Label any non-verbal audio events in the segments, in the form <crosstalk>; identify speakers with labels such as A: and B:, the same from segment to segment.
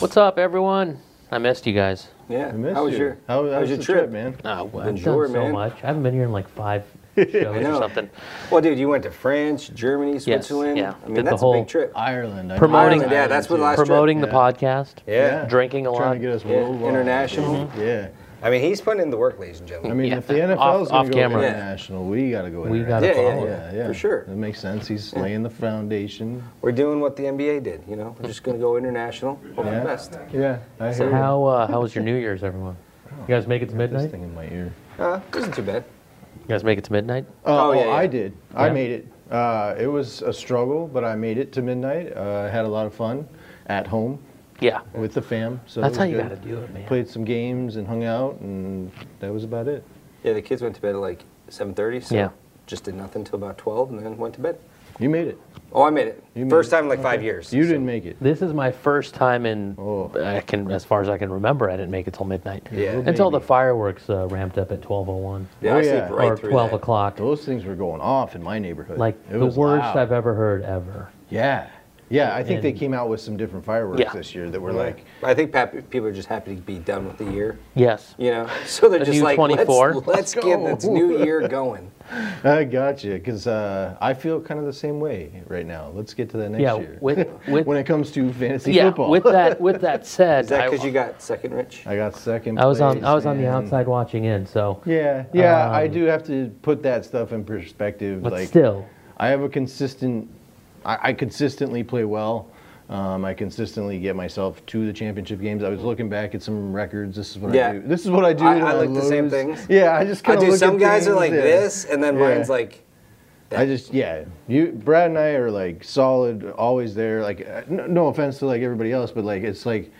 A: What's up, everyone? I missed you guys.
B: Yeah.
C: I missed
B: how was
C: you.
B: your
C: how, how was
B: your
C: the
B: trip?
C: man?
A: Oh, well,
B: Enjoy,
A: I've done
B: man.
A: so much. I haven't been here in like
B: <laughs>
A: five shows or
B: know.
A: something.
B: Well, dude, you went to France, Germany, Switzerland.
A: yeah.
B: I mean,
A: Did the
B: that's a
A: whole-
B: big trip.
C: Ireland. I
A: Promoting-
C: know.
A: Ireland, yeah,
B: that's what
C: too.
B: last- trip.
A: Promoting the
C: Yeah.
A: podcast.
B: Yeah.
A: Drinking a lot.
C: Trying to get us
B: Yeah,
C: worldwide.
B: international.
C: Yeah.
B: I mean, he's putting in the work, ladies and
C: I
B: gentlemen.
C: mean,
A: Yeah.
C: if the
A: <laughs>
C: NFL's
A: Off-
C: gonna
A: off
C: go
A: camera.
C: international, we gotta go.
A: We
C: international.
A: gotta
B: Yeah, yeah,
A: follow.
C: Yeah, yeah.
B: For sure.
C: That makes sense. He's laying the foundation.
B: We're doing what the NBA did, you know? We're just going to go international. Hope
C: Yeah.
B: the best.
C: Yeah. I
A: So
C: hear you.
A: how uh, how was your New Year's, everyone?
B: Oh,
A: You guys make it to
C: Got This
A: midnight?
C: thing in my ear.
B: Uh, isn't too bad.
A: You guys make it to midnight?
C: Uh,
B: Oh,
C: oh,
B: yeah, yeah.
C: I did. I
A: Yeah.
C: made it. Uh, it was a struggle, but I made it to midnight. Uh, I had a lot of fun at home
A: Yeah.
C: with the fam. So
A: That's
C: that
A: how
C: was
A: you
C: good.
A: gotta do it, man.
C: Played some games and hung out, and that was about it.
B: Yeah, the kids went to bed at like 7.30, so
A: Yeah.
B: just did nothing until about 12 and then went to bed.
C: You made it.
B: Oh, I made it.
C: You made
B: First
C: it.
B: time in like five years.
C: You
B: so-
C: didn't make it.
A: This is my first time in
C: Oh.
A: I can as far as I can remember I didn't make it till midnight.
B: Yeah. Little
A: Until the
C: baby.
A: fireworks uh, ramped up at 12:01
B: Yeah,
C: Oh,
B: I
C: yeah.
B: sleep right
A: or
B: through
A: 12
B: that.
A: o'clock.
C: Those things were going off in my neighborhood.
A: Like the
C: It was
A: worst
C: loud.
A: I've ever heard ever.
C: Yeah, yeah. I think they
A: And-
C: came out with some different fireworks
A: Yeah.
C: this year that were
B: Yeah.
C: like,
B: I think pap- people are just happy to be done with the year.
A: Yes.
B: You know, <laughs> so they're
A: The
B: just
A: new
B: like,
A: 24?
B: let's, let's get this
C: Let's <laughs> go.
B: new year going.
C: I gotcha, because uh, I feel kind of the same way right now. Let's get to that next
A: Yeah,
C: year.
A: with-
B: <laughs>
A: with-
C: when it comes to fantasy
A: Yeah,
C: football,
A: with that with that said,
B: Is that
A: I-
B: because you got second, Rich?
C: <laughs> I got second.
A: I was on
C: place,
A: I was on the
C: and-
A: outside watching in, so
C: Yeah, yeah. I
A: Um,
C: do have to put that stuff in perspective.
A: but
C: like,
A: still.
C: I have a consistent. I, I consistently play well. Um, I consistently get myself to the championship games. I was looking back at some records. This is what
B: Yeah.
C: I do. This is what I do.
B: I-
C: when
B: I look the same
C: lose.
B: things.
C: Yeah, I just
B: I
C: kind of
B: do.
C: look
B: Some
C: at
B: guys are
C: things,
B: like
C: yeah.
B: this, and then
C: Yeah.
B: mine's like,
C: I just yeah. You Brad and I are like solid, always there. Like uh, no, no offense to like everybody else, but like it's like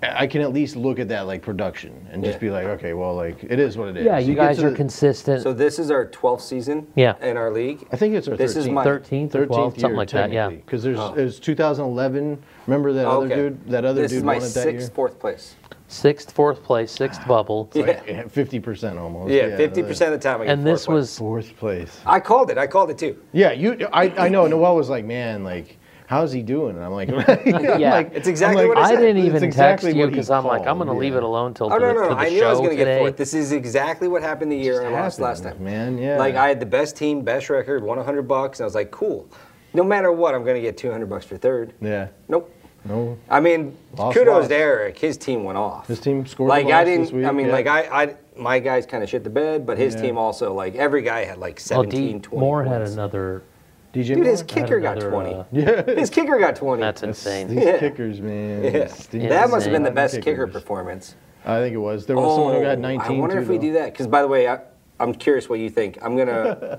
C: I I can at least look at that like production and just
B: Yeah.
C: be like, okay, well, like it is what it is.
A: Yeah, you
C: get
A: guys
C: to
A: are
C: the-
A: consistent.
B: so this is our 12th season
A: Yeah.
B: in our league.
C: I think it's our
B: This is
C: 13th.
B: my-
A: 13th or 12th, something like that. Yeah.
C: Because there's there's 2011. Remember that other
B: Oh. Okay.
C: dude? That other
B: this
C: dude
B: is my
C: won it that
B: sixth, fourth place.
A: Sixth, fourth place,
B: <sighs>
A: sixth bubble.
C: year.
B: <laughs> Yeah.
C: <laughs> fifty percent almost.
B: Yeah, fifty percent of the time. I get
A: And this
B: fourth place.
A: was
C: Fourth place.
B: I called it. I called it too.
C: Yeah, you. I, I know. Noel was like, man, like, how's he doing? And I'm like, <laughs> I'm
A: Yeah.
C: like-
B: It's exactly
C: I'm like,
B: what
A: I
B: said.
A: didn't
C: It's
A: even
C: exactly
A: text you
C: what he
A: because I'm like, I'm
C: called,
A: gonna
C: yeah.
A: leave it alone till
B: Oh
A: the,
B: no, no,
A: till
B: no!
A: the
B: I knew
A: show
B: I was going to get
A: today.
B: fourth. This is exactly what happened the year I lost
C: Just
B: last
C: happens,
B: time.
C: man, yeah.
B: Like I had the best team, best record, won hundred bucks, and I was like, cool. No matter what, I'm going to get two hundred bucks for third.
C: Yeah.
B: Nope.
C: No.
B: I mean,
C: Lost,
B: kudos
C: lost.
B: to Eric. His team went off.
C: His team scored a
B: Like I
C: loss
B: didn't.
C: this week,
B: I mean,
C: yeah.
B: like I, I, my guys kind of shit the bed, but his
C: Yeah.
B: team also. Like every guy had like
A: Well, D-
B: 17, 20
A: Moore had
B: points.
A: another.
C: DJ.
B: Dude, his
C: Moore?
A: had
B: kicker got
A: another,
B: twenty.
A: uh,
C: Yeah.
B: His kicker got twenty.
A: That's
C: That's-
A: insane.
C: These
B: Yeah.
C: kickers, man.
B: Yeah. <laughs>
C: Stink.
B: That must have been the
A: Insane.
B: best
C: Kickers.
B: kicker performance. Oh,
C: I think it was. There was someone who got 19.
B: I wonder
C: too,
B: if we
C: though.
B: do that. Because by the way, I, I'm curious what you think. I'm
C: <laughs>
B: gonna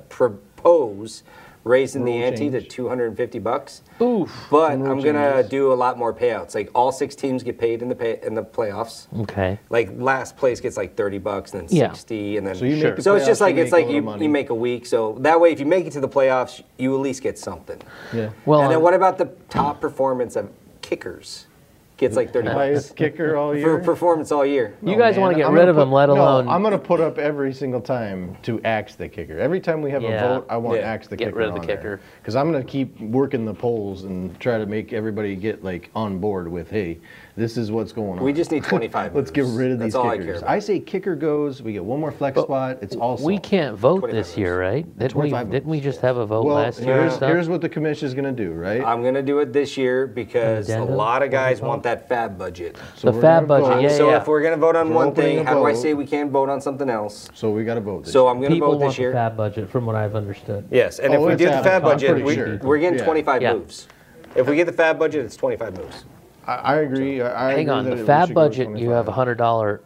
B: propose raising the
C: Rule
B: ante to
C: change.
B: 250 bucks.
A: Oof.
B: But
C: Rule
B: I'm gonna
C: changes.
B: do a lot more payouts. Like all six teams get paid in the pay, in the playoffs.
A: Okay.
B: Like last place gets like 30 bucks, then
A: Yeah.
B: 60, and then
C: So you make the
B: so it's just
C: playoffs, you
B: like it's
C: make
B: like
C: a little
B: you,
C: money.
B: you make a week. So that way, if you make it to the playoffs, you at least get something.
C: Yeah.
A: Well,
B: and then
A: um,
B: what about the top performance of kickers? Gets like 30 bucks
C: Highest kicker all
B: for
C: year.
B: performance all year.
A: you
C: Oh,
A: guys
C: man,
A: want to get
C: I'm
A: rid
C: gonna
A: of him,
C: put-
A: let
C: no,
A: alone
C: I'm going to put up every single time to axe the kicker. Every time we have
A: Yeah.
C: a vote, I want
B: Yeah.
C: axe the
A: Get
C: kicker.
A: rid of the kicker.
C: Because I'm going to keep working the polls and try to make everybody get like on board with, hey, this is what's going on.
B: We just need 25.
C: Let's get
B: moves.
C: rid of
B: That's
C: these
B: all I care
C: kickers.
B: about.
C: I, say kicker goes. We get one more flex spot. It's all
A: we
C: solved.
A: can't vote
B: 25
A: this year, right? Didn't we?
C: 25
A: Didn't we just have a vote
C: Well,
A: last year? Uh, or
C: here's,
A: something?
C: here's what the commission is going to do, right?
B: I'm gonna do it this year because a
A: Addendum?
B: lot
A: What
B: of
A: do you
B: guys
A: call
B: want
A: it?
B: that fab budget.
C: So
A: the
C: we're
A: fab
C: gonna
A: budget,
C: vote.
A: yeah,
B: so if we're gonna vote on
C: We're
B: one
C: opening
B: thing,
C: a
B: how do I
C: vote.
B: say we can't vote on something else?
C: So we got to vote. This
B: So
C: year.
B: I'm gonna
A: People
B: vote
A: want
B: this
A: the
B: year.
A: fab budget, from what I've understood.
B: Yes, and
C: Oh,
B: if we
C: it's
B: do the
C: happened.
B: fab
C: I'm
B: budget,
C: pretty
B: we,
C: sure.
B: we're getting
C: Yeah.
B: 25
A: Yeah.
B: moves. If we get the fab budget, it's 25 moves.
C: I, I agree. I, I
A: Hang
C: agree
A: on,
C: that
A: the
C: it- we
A: fab
C: should go
A: budget, you have a
C: 25.
A: hundred dollar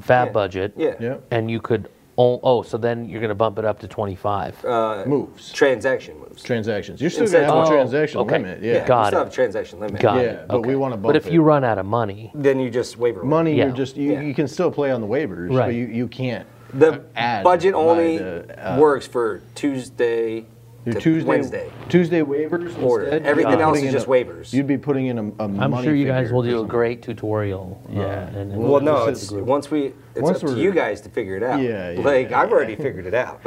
A: fab
B: Yeah.
A: budget.
B: Yeah.
C: Yep.
A: And you could. Oh, oh, so then you're gonna bump it up to twenty five.
B: Uh,
C: moves.
B: Transaction moves.
C: transactions. You're still
B: Instead-
C: going to have
A: Oh,
C: a transaction
A: okay.
C: limit.
A: Yeah,
C: Yeah.
A: got
B: we still
A: it.
B: have transaction limit.
A: Got
C: Yeah,
A: it.
C: but
A: okay.
C: we wanna
A: But
C: bump
A: if
C: it.
A: you run out of money,
B: Then you just waiver.
C: Money,
A: Yeah.
C: you're just you,
B: Yeah.
C: you can still play on the waivers,
A: Right.
C: but you, you can't.
B: The
C: add
B: budget
C: by
B: only
C: the, uh,
B: works for Tuesday,
C: Your
B: to
C: Tuesday,
B: Wednesday.
C: Tuesday waivers
B: Order.
C: instead, you'd be
B: Everything
C: putting
B: else is
C: in
B: just
C: a-
B: waivers.
C: You'd be putting in a, a
A: I'm
C: money
A: sure you guys
C: figure
A: will
C: or
A: do a
C: something.
A: great tutorial. uh,
C: Yeah.
A: and-
C: Well,
B: Well, no,
C: this
B: it's
C: is-
B: once we. It's
C: Once
B: up to
C: we're-
B: you guys to figure it out.
C: Yeah, yeah,
B: like
C: yeah,
B: I've already figured it out.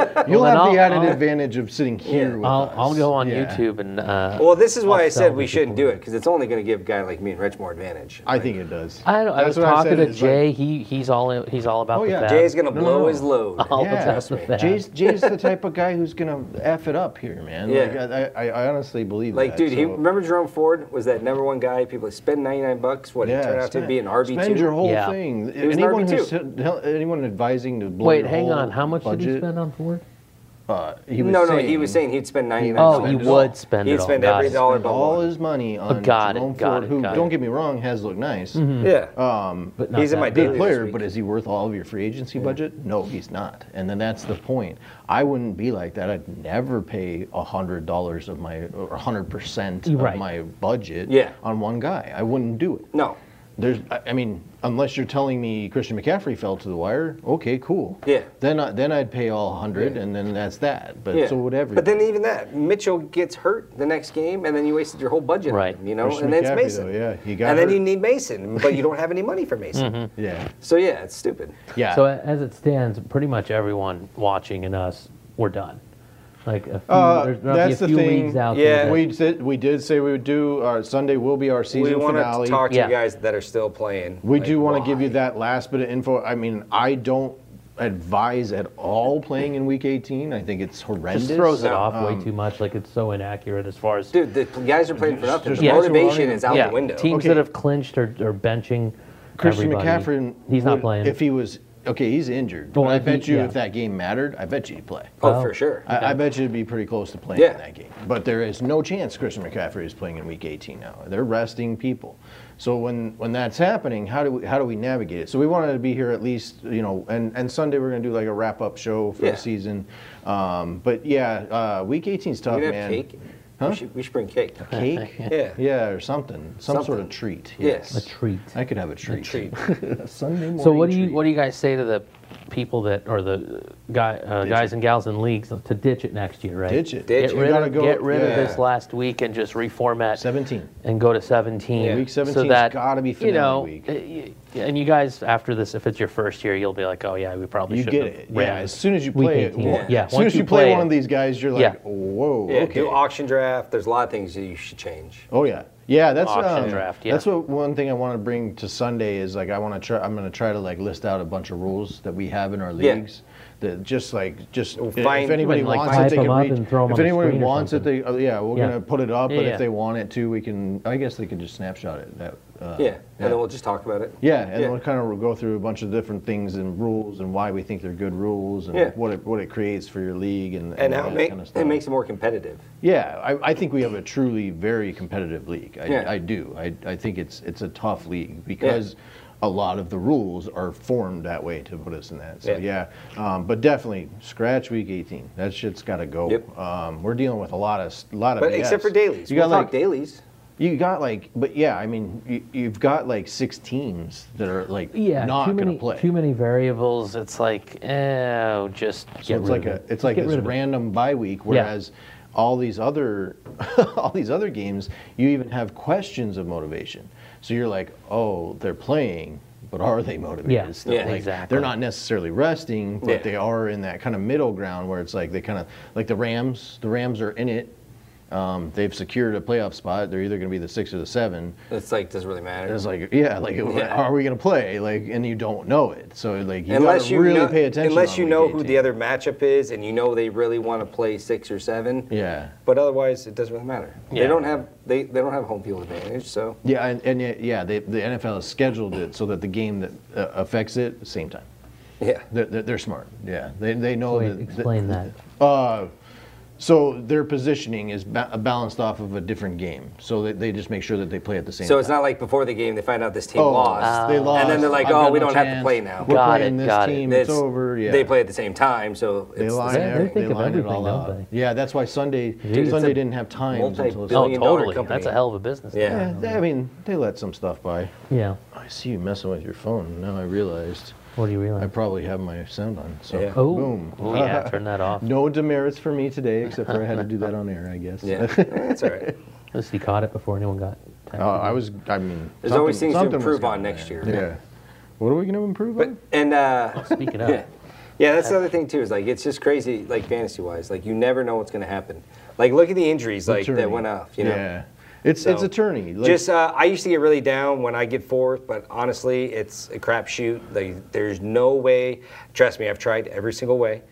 A: <laughs> then
C: You, will have
A: I'll-
C: the added
A: I'll-
C: advantage of sitting here
B: Yeah.
C: with
A: I'll,
C: us.
A: I'll go on
C: Yeah.
A: YouTube and. Uh,
B: well, this is why I
A: I'll sell
B: said we
A: the
B: shouldn't do it because it's only going to give a guy like me and Rich more advantage.
C: I think it does.
A: I, don't, I was
C: That's what
A: talking
C: said
A: to
C: is, like,
A: Jay. he he's all in- he's all about
C: Oh,
A: the
C: yeah.
A: fab.
B: Jay's going to
C: No, no,
B: blow
C: no.
B: his load.
A: All
C: Yeah.
A: about
B: <laughs> Trust
A: the
B: me.
A: fab. <laughs>
C: Jay's, Jay's the type of guy who's gonna f it up here, man.
B: Yeah.
C: Like, I, I, I honestly believe
B: Like,
C: that.
B: dude, he,
C: so-
B: remember Jerome Ford was that number one guy? People like, spend 99 bucks. What it turned out to
C: spend-
B: be an RB2.
C: Spend your whole
A: Yeah.
C: thing.
B: was an
C: Anyone
B: RB2.
C: who's tell- anyone advising to blow
A: Wait,
C: your
A: hang
C: whole
A: on. How much
C: budget,
A: did he spend on Ford?
C: Uh, he was
B: no, no,
C: saying,
B: he was saying he'd spend 99
A: Oh, he
B: spend it
A: would
B: all.
A: spend
B: He'd
A: it all.
B: spend
A: Got
B: every
A: it.
B: dollar
C: spend
B: but
C: all
B: one.
C: his money on
A: Oh, got it,
C: Jerome
A: got
C: Ford,
A: it, got
C: who don't
A: it. Mm-hmm.
C: get me wrong, has looked nice.
A: Hmm.
B: Yeah.
C: Um,
A: But not
B: He's in
A: that
B: my
A: bad.
B: daily
C: good
B: this
C: player,
B: week.
C: but is he worth all of your free
A: Mm-hmm.
C: agency budget? No, he's not. And then that's the point. I wouldn't be like that. I'd never pay hundred dollars of my or hundred percent of
A: Right.
C: my budget
B: Yeah.
C: on one guy. I wouldn't do it.
B: no.
C: There's, I I mean, unless you're telling me Christian McCaffrey fell to the wire, okay, cool.
B: Yeah.
C: Then, I, then I'd pay all hundred, and then that's that. But
B: Yeah.
C: so whatever.
B: But then even that, Mitchell gets hurt the next game, and then you wasted your whole budget. on
A: Right.
B: him, you know,
C: Christian
B: and then it's
C: McCaffrey,
B: Mason.
C: though, yeah, he got
B: And then
C: hurt.
B: you need Mason, but you don't have any money for Mason.
A: Mm-hmm.
C: yeah,
B: So yeah, it's stupid.
C: yeah.
A: So uh, a- as it stands, pretty much everyone watching and us, we're done. Like a few,
C: Uh,
A: there's gonna be
C: that's
A: a
C: the
A: few
C: thing.
A: leagues out
B: Yeah.
A: there. that-
C: we did, we did say we would do our Sunday will be our season
B: we want
C: finale.
B: to talk to
A: Yeah.
B: you guys that are still playing.
C: We
B: like,
C: do want to give you
B: why?
C: that last bit of info. I mean, I don't advise at all playing in week 18. I think it's horrendous.
A: just throws it
B: No,
A: off
C: Um,
A: way too much. Like it's so inaccurate as far as
B: Dude, the guys are playing for nothing.
C: There's
B: The
A: no
B: motivation
C: surrounding-
B: is out
A: yeah,
B: the window.
A: teams
C: Okay.
A: that have clinched or, or benching.
C: Christian
A: everybody.
C: McCaffrey.
A: He's not
C: would-
A: playing.
C: If he was okay, he's injured.
A: Well,
C: But I
A: if he-
C: bet you
A: yeah.
C: if that game mattered, I bet you he'd play.
B: oh, for sure.
C: I, I bet you it'd be pretty close to playing
B: Yeah.
C: in that game. But there is no chance Christian McCaffrey is playing in Week 18 now. They're resting people. So when, when that's happening, how do we how do we navigate it? So we wanted to be here at least, you know, and, and Sunday we're gonna do like a wrap up show for
B: Yeah.
C: the season. Um, but yeah, uh, Week 18 is tough,
B: we have
C: man.
B: cake. We, should, we should bring cake.
A: <laughs>
C: Cake?
B: Yeah.
C: Yeah, or something, some sort of
B: Something.
C: treat.
B: Yes.
A: a treat.
C: I could have a treat.
B: Treat.
C: A <laughs> Sunday morning.
A: So what do you
C: treat.
A: what do you guys say to the people that or the guy uh, guys and gals in leagues to ditch it next year, right?
C: Ditch it.
A: Get
B: Ditch it.
A: rid,
C: You gotta
A: of,
C: go-
A: get rid of this
C: yeah.
A: last week and just reformat
C: 17.
A: and go to 17.
B: Yeah. Week
A: 17
C: 17's gotta be
A: you know,
C: finale week.
A: uh, y- And you guys, after this, if it's your first year, you'll be like, oh yeah, we probably
C: You
A: should
C: get it. Yeah. As soon as you
A: Week
C: play it,
A: 18.
C: one-
A: Yeah,
C: As soon
A: once
C: as
A: you
C: you play
A: play
C: one
A: it.
C: of these guys, you're
A: Yeah.
C: like, whoa.
B: Yeah,
C: okay.
B: do auction draft. There's a lot of things that you should change.
C: Oh yeah, yeah. That's
A: Auction
C: um,
A: draft, yeah.
C: That's what one thing I want to bring to Sunday is like I want to try. I'm going to try to like list out a bunch of rules that we have in our
B: Yeah.
C: leagues. That just like just if-
B: find-
C: if anybody
A: Even, like,
C: wants
A: type
C: it, they can
A: them up
C: read.
A: and throw 'em
C: if
A: on the
C: anybody
A: screen or
C: wants it,
A: something.
C: they oh, yeah, we're
A: Yeah.
C: gonna put it up.
A: Yeah,
C: but
A: yeah.
C: if they want it too, we can. I guess they could just snapshot it. That uh,
B: yeah. And then we'll just talk about it.
C: yeah, and
B: Yeah.
C: we'll kind of go through a bunch of different things and rules and why we think they're good rules and
B: Yeah.
C: what it what it creates for your league and
B: And
C: all
B: how it,
C: that
B: make,
C: kind of stuff.
B: it makes it more competitive.
C: Yeah, I, I think we have a truly very competitive league. I,
B: Yeah.
C: I do. I, I think it's it's a tough league because a lot of the rules are formed that way to put us in that. So
B: Yeah.
C: yeah, Um, but definitely scratch week 18. That shit's got to go.
B: Yep.
C: Um, we're dealing with a lot of s- lot of.
B: But except
C: BS.
B: for dailies.
C: you
B: we'll
C: got like
B: talk dailies.
C: you got like, but yeah, I mean, you, you've got like six teams that are like
A: yeah,
C: not
A: too
C: going
A: many
C: to play.
A: too many variables. It's like, oh, just
C: So
A: get
C: it's
A: rid of
C: like a
A: it.
C: it's like
A: Get
C: this
A: rid of it.
C: random bye week, whereas all these other <laughs> all these other games, you even have questions of motivation. So you're like, oh, they're playing, but are they motivated?
A: Yeah,
C: still?
B: yeah,
C: Like,
A: exactly.
C: They're not necessarily resting, but
B: Yeah.
C: they are in that kind of middle ground where it's like they kind of like the Rams. The Rams are in it. Um, they've secured a playoff spot. They're either going to be the six or the seven.
B: It's like, doesn't really matter.
C: And it's like, yeah, like, <laughs>
B: Yeah.
C: are we going to play? Like, and you don't know it. So like, you
B: unless
C: got to
B: you
C: really
B: know,
C: pay attention.
B: Unless
C: on
B: you
C: week
B: know who
C: 18.
B: the other matchup is and you know they really want to play six or seven.
C: Yeah.
B: But otherwise, it doesn't really matter. They
A: Yeah.
B: don't have they, they don't have home field advantage. So
C: Yeah, and, and yet- yeah, they, the NFL has scheduled it so that the game that uh, affects it same time.
B: yeah,
C: They're, they're, they're smart. Yeah, they, they know
A: Wait,
C: that.
A: explain that.
C: Uh, so their positioning is ba- balanced off of a different game. So they, they just make sure that they play at the same.
B: so it's
C: time. Oh,
B: not like before the game they find out this team lost.
C: They lost.
B: And then they're like,
C: I've
B: "Oh,
C: got
B: we
C: no
B: don't have to
C: chance.
B: play now."
C: We're
A: Ah. Got
C: playing
A: it,
C: this
A: got it.
C: team.
B: It's-
C: It's, over. Yeah.
B: They play at the same time, so
C: They
B: it's the
A: They-
C: line,
B: same
A: they
C: every-
A: think
C: they
A: of
C: line it
A: everything,
C: all
A: don't
C: up.
A: they?
C: Yeah, that's why Sunday
B: it's
C: Sunday
B: a
C: didn't have time.
A: Oh,
B: multi-billion- million dollar
A: totally.
B: company.
A: That's a hell of a business.
B: Yeah.
C: yeah, they- I mean, they let some stuff by.
A: Yeah.
C: I see you messing with your phone. Now I realized.
A: What do you
C: I
A: realize?
C: probably have my sound on. So
B: Yeah.
A: Oh,
C: boom.
A: Oh,
C: <laughs>
A: yeah, turn that off.
C: No demerits for me today, except for I had to do that on air, I guess. <laughs>
B: Yeah, that's all right.
A: At least he caught it before anyone got.
C: Uh, I was. I mean,
B: There's always
C: something-
B: things to
C: something was
B: improve on
C: going
B: next
C: there.
B: year.
C: Yeah. What are we going to improve
B: But
C: on?
B: and uh, <laughs>
A: Speak
C: <laughs>
A: it up.
B: yeah, yeah. That's the other thing too. Is like it's just crazy, like fantasy wise. Like you never know what's going to happen. Like look at the injuries like
C: Attorney.
B: that went off. You know.
C: Yeah. It's it's
B: So,
C: attorney. Like,
B: Just uh, I used to get really down when I get fourth, but honestly, it's a crapshoot. Like, there's no way. Trust me, I've tried every single way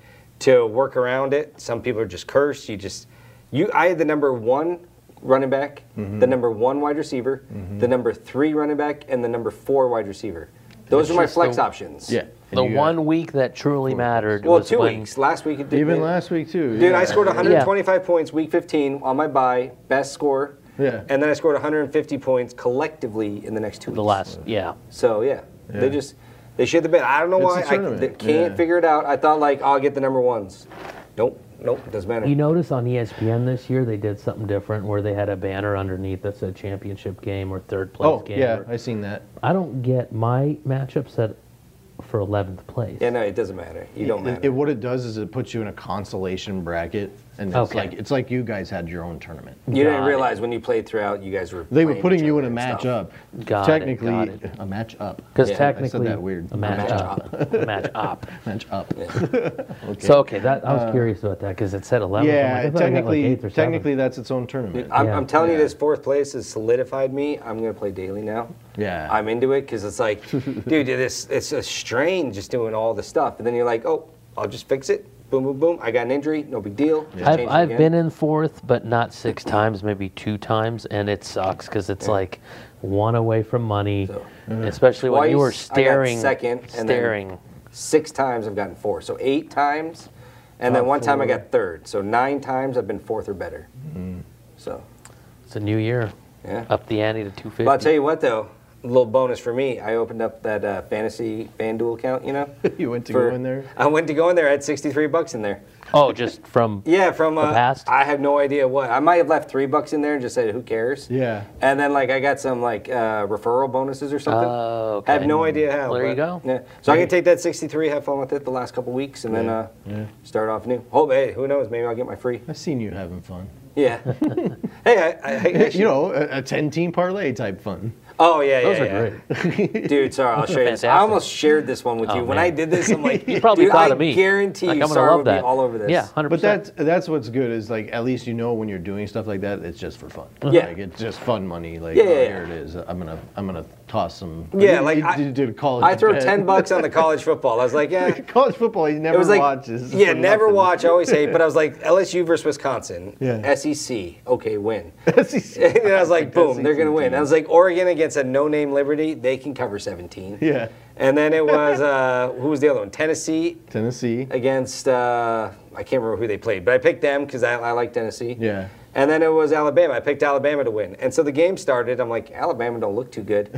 B: to work around it. Some people are just cursed. You just you. I had the number one running back,
C: Mm-hmm.
B: the number one wide receiver, the number three running back, and the number four wide receiver. Those are my
A: just
B: flex
A: the-
B: options.
C: yeah. And
A: The
C: you got-
A: one week that truly mattered
B: Well,
A: was
B: two
A: when
B: weeks. Last week, it did
C: Even last week too.
B: Dude,
C: yeah.
B: I scored
A: Yeah.
B: 125 points week 15 on my bye, best score.
C: Yeah.
B: And then I scored 150 points collectively in the next two weeks.
A: the last. Yeah.
B: So yeah,
C: Yeah.
B: they just they shit the bed. I don't know
C: It's
B: why
C: a
B: I
C: tournament.
B: they can't
C: Yeah.
B: figure it out. I thought like I'll get the number ones. Nope, nope, it doesn't matter.
A: You notice on E ESPN this year they did something different where they had a banner underneath that said championship game or third place
C: Oh
A: game.
C: yeah,
A: or-
C: I seen that.
A: I don't get my matchup set for 11th place.
B: yeah, no, it doesn't matter. You don't matter.
C: It, what it does is it puts you in a consolation bracket, and it's
A: Okay.
C: like it's like you guys had your own tournament.
B: you
A: Got
B: didn't
A: it.
B: realize when you played throughout, you guys were
C: They were
B: playing
C: putting
B: each
C: you in
B: other
C: a
B: and
C: match
B: stuff.
C: up.
A: Got it,
C: Technically,
A: got it.
C: a match up.
A: Because
B: Yeah, I said
A: technically,
C: that weird.
A: a match
B: Match
A: up. <laughs> a match
B: <laughs>
A: up.
C: Match up.
A: So, okay, that, I was curious about that because it said 11th.
C: Uh, Yeah,
A: I'm like, I thought I got, like,
C: technically,
A: eighth or seventh.
C: technically that's its own tournament.
B: I'm,
A: Yeah.
B: I'm telling you,
C: Yeah.
B: this fourth place has solidified me. I'm gonna play daily now.
C: Yeah.
B: I'm into it because it's
C: <laughs>
B: like, dude, this it's a strain just doing all the stuff, and then you're like, oh, I'll just fix it. Boom, boom, boom. I got an injury. No big deal. Just change
A: I've,
B: it
A: I've
B: again.
A: been in fourth, but not six times, maybe two times, and it sucks because it's like one away from money,
B: So-
A: especially when you were
B: Twice I got
A: staring.
B: second, and then-
A: staring.
B: six times I've gotten four. So eight times, and then
C: Top
B: one time I
C: four. Mm.
B: got third. So nine times I've been fourth or better. So,
A: It's a new year.
B: Yeah.
C: Uh,
A: Up the ante to 250.
B: but I'll tell you what though, a little bonus for me. I opened up that uh, fantasy FanDuel account. You know,
C: <laughs> You went <laughs> to
B: for-
C: go in there.
B: I went to go in there. I had sixty-three bucks in there.
A: oh, just from
B: <laughs> Yeah, from uh,
A: past?
B: I have no idea what. I might have left three bucks in there and just said, "Who cares?"
C: Yeah.
B: And then like I got some like uh, referral bonuses or something.
A: Oh,
B: I have
A: okay.
B: no idea how.
A: Well, there you go.
B: but- Yeah. So I can take that 63, have fun with it the last couple weeks, and then
C: Yeah,
B: uh,
C: yeah.
B: start off new. Hope, hey, who knows? Maybe I'll get my free. <laughs>
C: I've seen you having fun.
A: <laughs>
B: Yeah. hey, I, I, I
C: You know, a, a ten-team parlay type fun.
B: Oh yeah, yeah,
A: Those are
B: yeah.
A: great.
B: Dude, sorry, I'll show you. This. I
A: Fantastic.
B: almost shared this one with
A: Oh,
B: you when
A: man.
B: I did this. I'm like,
A: <laughs> You probably
B: dude,
A: thought
B: I
A: of me.
B: guarantee
A: like,
B: you,
A: I'm gonna
B: Sarah
A: love
B: would
A: that.
B: be all over this.
A: Yeah, 100%.
C: But that's that's what's good is like at least you know when you're doing stuff like that, it's just for fun.
B: Yeah.
C: Like, it's just fun money. Like
B: Yeah,
C: oh,
B: yeah, yeah.
C: here it is. I'm gonna I'm gonna toss some.
B: Yeah,
C: You-
B: like,
C: you,
B: I-
C: you did college.
B: I throw
C: bet. <laughs>
B: ten bucks on the college football. I was
A: <laughs>
B: like, yeah.
C: College football, he never
B: it was like,
C: watches.
B: yeah,
C: <laughs> for
B: never
C: nothing.
B: watch. I always say, but I
A: <laughs>
B: was like, LSU versus Wisconsin,
C: Yeah.
B: SEC, okay, win.
C: <laughs> SEC.
B: <laughs> and I was like, boom, they're
C: SEC
B: gonna win.
C: team.
B: I was like, Oregon against a no-name Liberty, they can cover 17.
C: <laughs> Yeah.
B: And then it
C: <laughs>
B: was uh, who was the other one? Tennessee
C: Tennessee.
B: against uh, I can't remember who they played, but I picked them because I, I like Tennessee.
C: Yeah.
B: And then it was Alabama. I picked Alabama to win. And so the game started. I'm like, Alabama don't look too
C: <laughs>
B: good.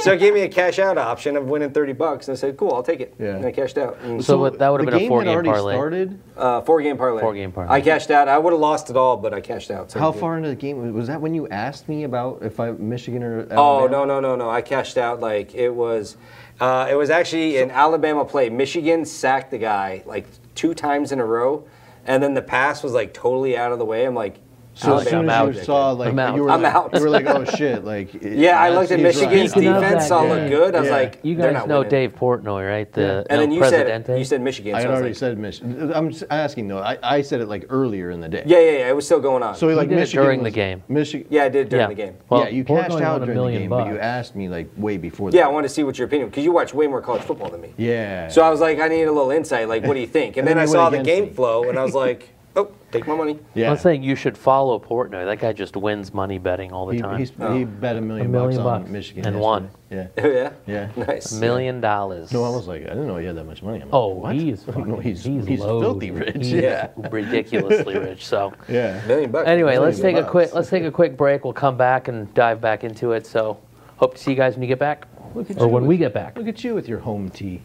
B: so it gave me a cash out option of winning 30 bucks. And I said, cool, I'll take it.
C: Yeah.
B: And I cashed out. And
A: So what- that would've
C: the
A: been a
C: game
A: four-game
C: had already
A: parlay.
C: Started.
B: uh, four game parlay.
A: Four-game parlay.
B: I cashed out. I would have lost it all, but I cashed out. So
C: How
B: it did.
C: far into the game was that? When you asked me about if I Michigan or
B: Oh
C: Alabama?
B: no no no no! I cashed out like it was, uh, it was actually an Alabama play. Michigan sacked the guy like two times in a row, and then the pass was like totally out of the way. I'm like,
C: So
B: Alabama
C: as soon
A: I'm
C: as you
B: out.
C: saw like
A: I'm out.
C: you were
B: I'm
C: like,
B: out.
C: you were like oh shit like
B: <laughs>
C: it-
B: yeah, I
C: that's-
B: looked at
C: he's right.
B: Michine's
A: Speaking of
B: defense.
A: that
B: All
A: game,
B: looked good. I was
C: yeah.
B: like,
A: you
B: they're
A: guys
B: not
A: know
B: winning.
A: Dave Portnoy, right? The El
B: And then you
A: Presidente.
B: said you said Michigan.
C: I
B: So
C: had
B: I was
C: already
B: like,
C: said Michigan. I'm s- asking though. I, I said it like earlier in the day.
B: yeah yeah yeah. It was still going on.
C: So like
A: did it
C: Michigan
A: during
C: was-
A: the game.
C: Michigan.
B: yeah, I did during
A: Yeah.
B: the game.
A: Well,
C: yeah, you
A: Portnoy
C: cashed
A: won
C: out
A: a
C: during the
A: million
C: game, but you
A: bucks.
C: asked me like way before.
B: Yeah, I
C: that.
B: wanted to see what your opinion because you watch way more college football than me.
C: Yeah.
B: So I was like, I need a little insight. Like, what do you think? And,
C: And
B: then,
C: then
B: I
C: you
B: saw
C: went
B: the
C: against
B: game
C: me.
B: flow, and I was like,
C: <laughs>
B: oh, take my money.
C: yeah.
A: I'm saying you should follow Portnoy. That guy just wins money betting all the
C: he,
A: time.
C: he's, he bet a million,
A: million
C: bucks,
A: bucks
C: on Michigan
A: and
C: yesterday.
A: won.
C: Yeah.
B: <laughs> yeah.
C: Yeah.
B: Nice.
A: million dollars.
C: No, I was like, I didn't know he had that much money. I'm like,
A: Oh,
C: what?
A: he
C: <laughs>
A: is
C: no,
A: fucking-
C: he's
A: he's
C: he's
A: loaded.
C: filthy rich.
A: He's
C: <laughs> Yeah.
B: <laughs>
A: ridiculously rich. So
C: Yeah.
B: Million bucks.
A: anyway,
C: Million
A: let's take a
C: bucks.
A: quick let's take a quick break. We'll come back and dive back into it. So hope to see you guys when you get back,
C: Look at
A: or
C: you
A: when
C: with-
A: we get back.
C: Look at you with your home tea.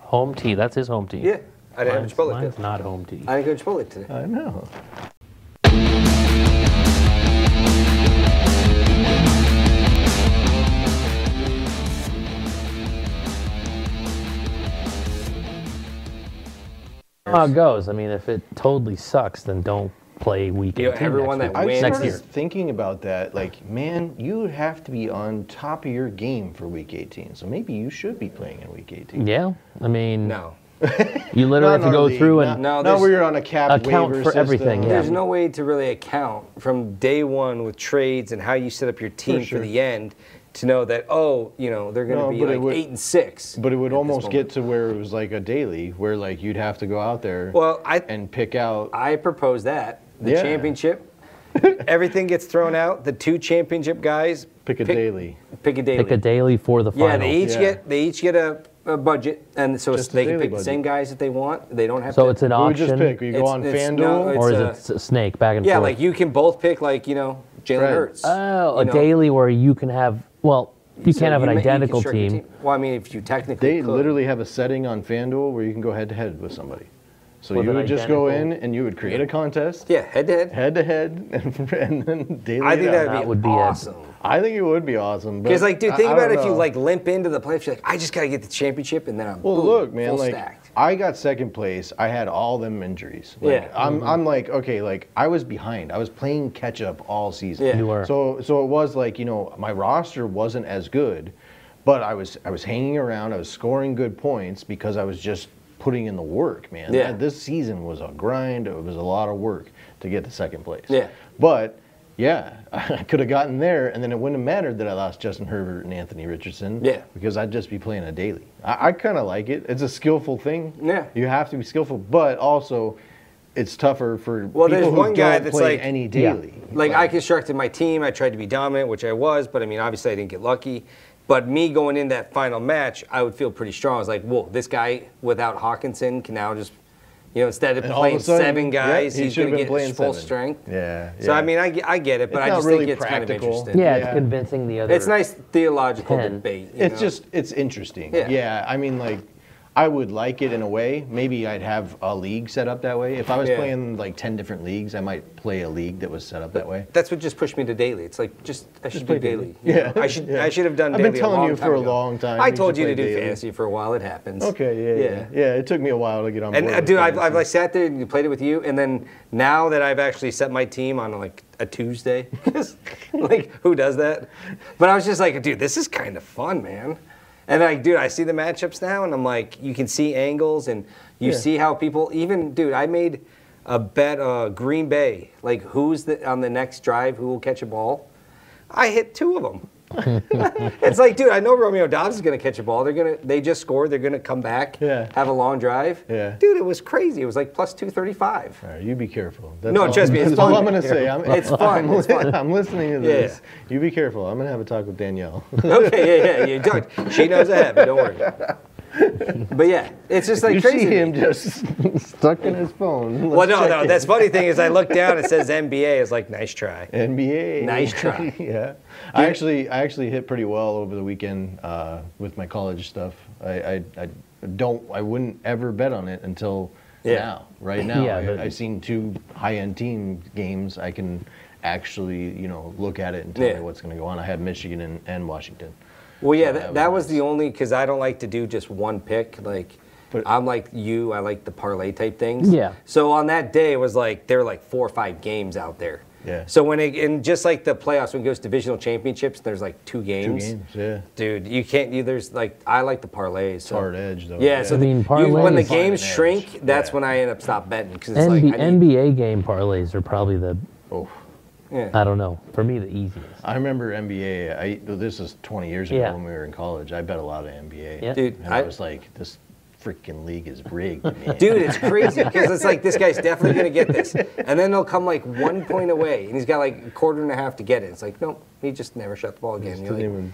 A: Home tea. That's his home tea.
B: Yeah, I didn't have
A: Mine's,
B: Chipotle
A: mine's
B: today.
A: not home tea.
B: I didn't go to Chipotle today.
C: I know.
A: how it goes. I mean, if it totally sucks, then don't play week
B: You know,
A: 18
B: everyone
A: next
B: that
A: week.
C: I
B: wins-
A: next
C: started
A: year.
C: thinking about that, like, man, you have to be on top of your game for week 18. So maybe you should be playing in week 18.
A: Yeah, I mean,
B: No.
A: you
C: Not
A: literally
C: in
A: have to
C: our
A: go
C: league,
A: through
C: not,
A: and
B: No,
C: not
B: there's-
C: where you're on a cap
A: Account
C: waiver
A: for
C: system.
A: everything, yeah.
B: There's no way to really account from day one with trades and how you set up your team for,
C: sure.
B: the end to know that oh, you know, they're going to
C: No,
B: be
C: but it
B: like
C: would-
B: eight and six.
C: But it would
B: at this
C: almost
B: moment.
C: get to where it was like a daily, where like you'd have to go out there
B: Well, I-
C: and pick out.
B: I propose that the
C: Yeah. <laughs>
B: championship. Everything gets thrown out. The two championship guys
C: Pick a daily.
B: Pick a daily.
A: pick a daily for the
B: yeah,
A: final.
B: they each
C: Yeah.
B: get they each get a, a budget, and so
C: Just a
B: they can
C: daily
B: pick the
C: budget.
B: same guys that they want. They don't have
A: so
B: to,
A: it's an
C: Who would you just
A: auction,
C: pick? You go
B: It's-
C: on
B: it's- no,
C: FanDuel.
A: or is
B: It's
A: it
B: a-
A: s- snake back and
B: yeah,
A: forth?
B: like you can both pick like you know Jalen
C: Right.
B: Hurts.
A: Oh, a
B: you know?
A: daily where you can have. Well, you
B: So
A: can't have an
B: ma- you
A: identical
B: construct a
A: team.
B: Well, I mean, if you technically
C: They
B: could.
C: literally have a setting on FanDuel where you can go head to head with somebody. So
A: With
C: you
A: an
C: would just go in
A: identical-
C: and you would create a contest,
B: yeah, head to head.
C: head to head, and <laughs> and then daily.
B: I think
C: it out.
B: that'd
A: That
B: be,
A: would be a-
B: awesome.
C: I think it would be awesome. but
B: Because like, dude,
C: I-
B: think
C: I
B: about
C: don't
B: it if you
C: know.
B: like limp into the playoffs. You're like, I just gotta get the championship, and then I'm
C: Well,
B: boom,
C: look, man.
B: full
C: Like
B: stacked.
C: I got second place. I had all them injuries. Like,
B: Yeah. Mm-hmm.
C: I'm, I'm like, okay, like I was behind. I was playing catch up all season.
B: Yeah.
A: You were.
C: So, so it was like you know my roster wasn't as good, but I was I was hanging around. I was scoring good points because I was just putting in the work, man.
B: Yeah.
C: That- this season was a grind. It was a lot of work to get to second place.
B: Yeah.
C: But. Yeah, <laughs> I could have gotten there, and then it wouldn't have mattered that I lost Justin Herbert and Anthony Richardson
B: Yeah.
C: because I'd just be playing a daily. I, I kind of like it. It's a skillful thing.
B: Yeah.
C: You have to be skillful, but also it's tougher for
B: Well,
C: people
B: there's
C: who
B: one guy
C: don't
B: that's
C: play
B: like-
C: any
A: Yeah.
C: daily.
B: Like I constructed my team. I tried to be dominant, which I was, but I mean, obviously, I didn't get lucky. But me going in that final match, I would feel pretty strong. I was like, whoa, this guy without Hawkinson can now just, you know, instead of
C: And all of
B: playing
C: a sudden,
B: seven
C: yeah,
B: guys,
C: he
B: he's
C: should have
B: going
C: been
B: to
C: playing
B: get full
C: seven.
B: strength.
C: Yeah,
B: So I
C: yeah.
B: mean, I, ge- I get it, but
C: It's
B: I
C: not
B: just
C: really
B: think it's
C: practical.
B: kind of interesting.
A: yeah,
C: Yeah.
A: it's convincing the other.
B: It's nice theological
A: Ten.
B: debate. you
C: it's
B: know?
C: just it's interesting.
B: Yeah.
C: Yeah. I mean, like I would like it in a way. Maybe I'd have a league set up that way. If I was
B: Yeah.
C: playing like ten different leagues, I might play a league that was set up that way.
B: That's what just pushed me to daily. It's like just I should do daily. you
C: Yeah.
B: know? I should
C: <laughs> Yeah.
B: I should have done
C: I've
B: daily.
C: been telling
B: a long
C: you
B: time
C: for a
B: ago.
C: long time
B: I
C: you
B: told
C: should
B: you to do
C: play daily.
B: fantasy for a while. It happens.
C: Okay, yeah, yeah, yeah.
B: Yeah.
C: it took me a while to get on
B: And
C: board.
B: uh,
C: with
B: dude, I've,
C: fantasy.
B: I've like sat there and played it with you, and then now that I've actually set my team on like a Tuesday, <laughs> like who does that? But I was just like, dude, this is kind of fun, man. And like, dude, I see the matchups now, and I'm like, you can see angles, and you
C: Yeah.
B: see how people even, dude, I made a bet, uh, Green Bay, like who's the, on the next drive, who will catch a ball. I hit two of them. <laughs>
C: <laughs>
B: it's like, dude, I know Romeo Dobbs is gonna catch a ball. They're gonna, they just scored. They're gonna come back,
C: Yeah.
B: have a long drive.
C: Yeah.
B: Dude, it was crazy. It was like plus 235.
C: All right, you be careful. That's
B: No,
C: all,
B: trust me, it's
C: <laughs> that's all
B: fun.
C: I'm going to say. <laughs> I'm,
B: It's fun,
C: I'm,
B: it's fun.
C: I'm listening to
B: Yeah.
C: this. You be careful. I'm going to have a talk with Danielle.
B: <laughs> okay, yeah, yeah. You don't, she knows that, but don't worry.
C: <laughs>
B: But yeah, it's just like
C: you
B: crazy.
C: see him just <laughs> stuck in his phone.
B: well,
C: Let's
B: no,
C: check
B: no.
C: it.
B: That's funny thing is I look down, it says NBA. It's like, nice try.
C: NBA.
B: Nice try.
C: <laughs> yeah. I actually I actually hit pretty well over the weekend uh, with my college stuff. I, I, I don't I wouldn't ever bet on it until
B: Yeah.
C: now. Right now,
A: Yeah,
C: I,
A: but-
C: I've seen two high end team games. I can actually you know look at it and tell
B: Yeah.
C: you what's going to go on. I had Michigan and, and Washington.
B: Well, yeah,
C: Yeah,
B: that,
C: that
B: that was
C: was
B: the only, because I don't like to do just one pick. Like,
C: But-
B: I'm like you, I like the parlay type things.
A: Yeah.
B: So on that day, it was like, there were like four or five games out there.
C: Yeah.
B: So when it, and just like the playoffs, when it goes divisional championships, there's like two
C: Two
B: games.
C: games. Yeah.
B: Dude, you can't. You, there's like I like the parlays. So.
C: hard edge, though.
B: Yeah, so
A: I
B: the,
A: mean,
B: you, when the
A: parlays-
B: games
C: Find an
B: shrink,
C: edge.
B: that's
C: Yeah.
B: when I end up stop betting because it's
A: NB
B: like I need,
A: NBA game parlays are probably the
C: Oh,
B: yeah.
A: I don't know for me the easiest.
C: I remember NBA. I this is 20 years ago
A: Yeah.
C: when we were in college. I bet a lot of NBA.
A: Yeah.
B: Dude,
C: and I,
B: I-
C: was like, this freaking league is <laughs> rigged. Man.
B: dude, it's crazy because it's like this guy's definitely gonna get this, and then they'll come like one point away, and he's got like a quarter and a half to get it. It's like nope, he just never shot the ball again.
C: Just
B: You're
C: didn't
B: like,
C: even.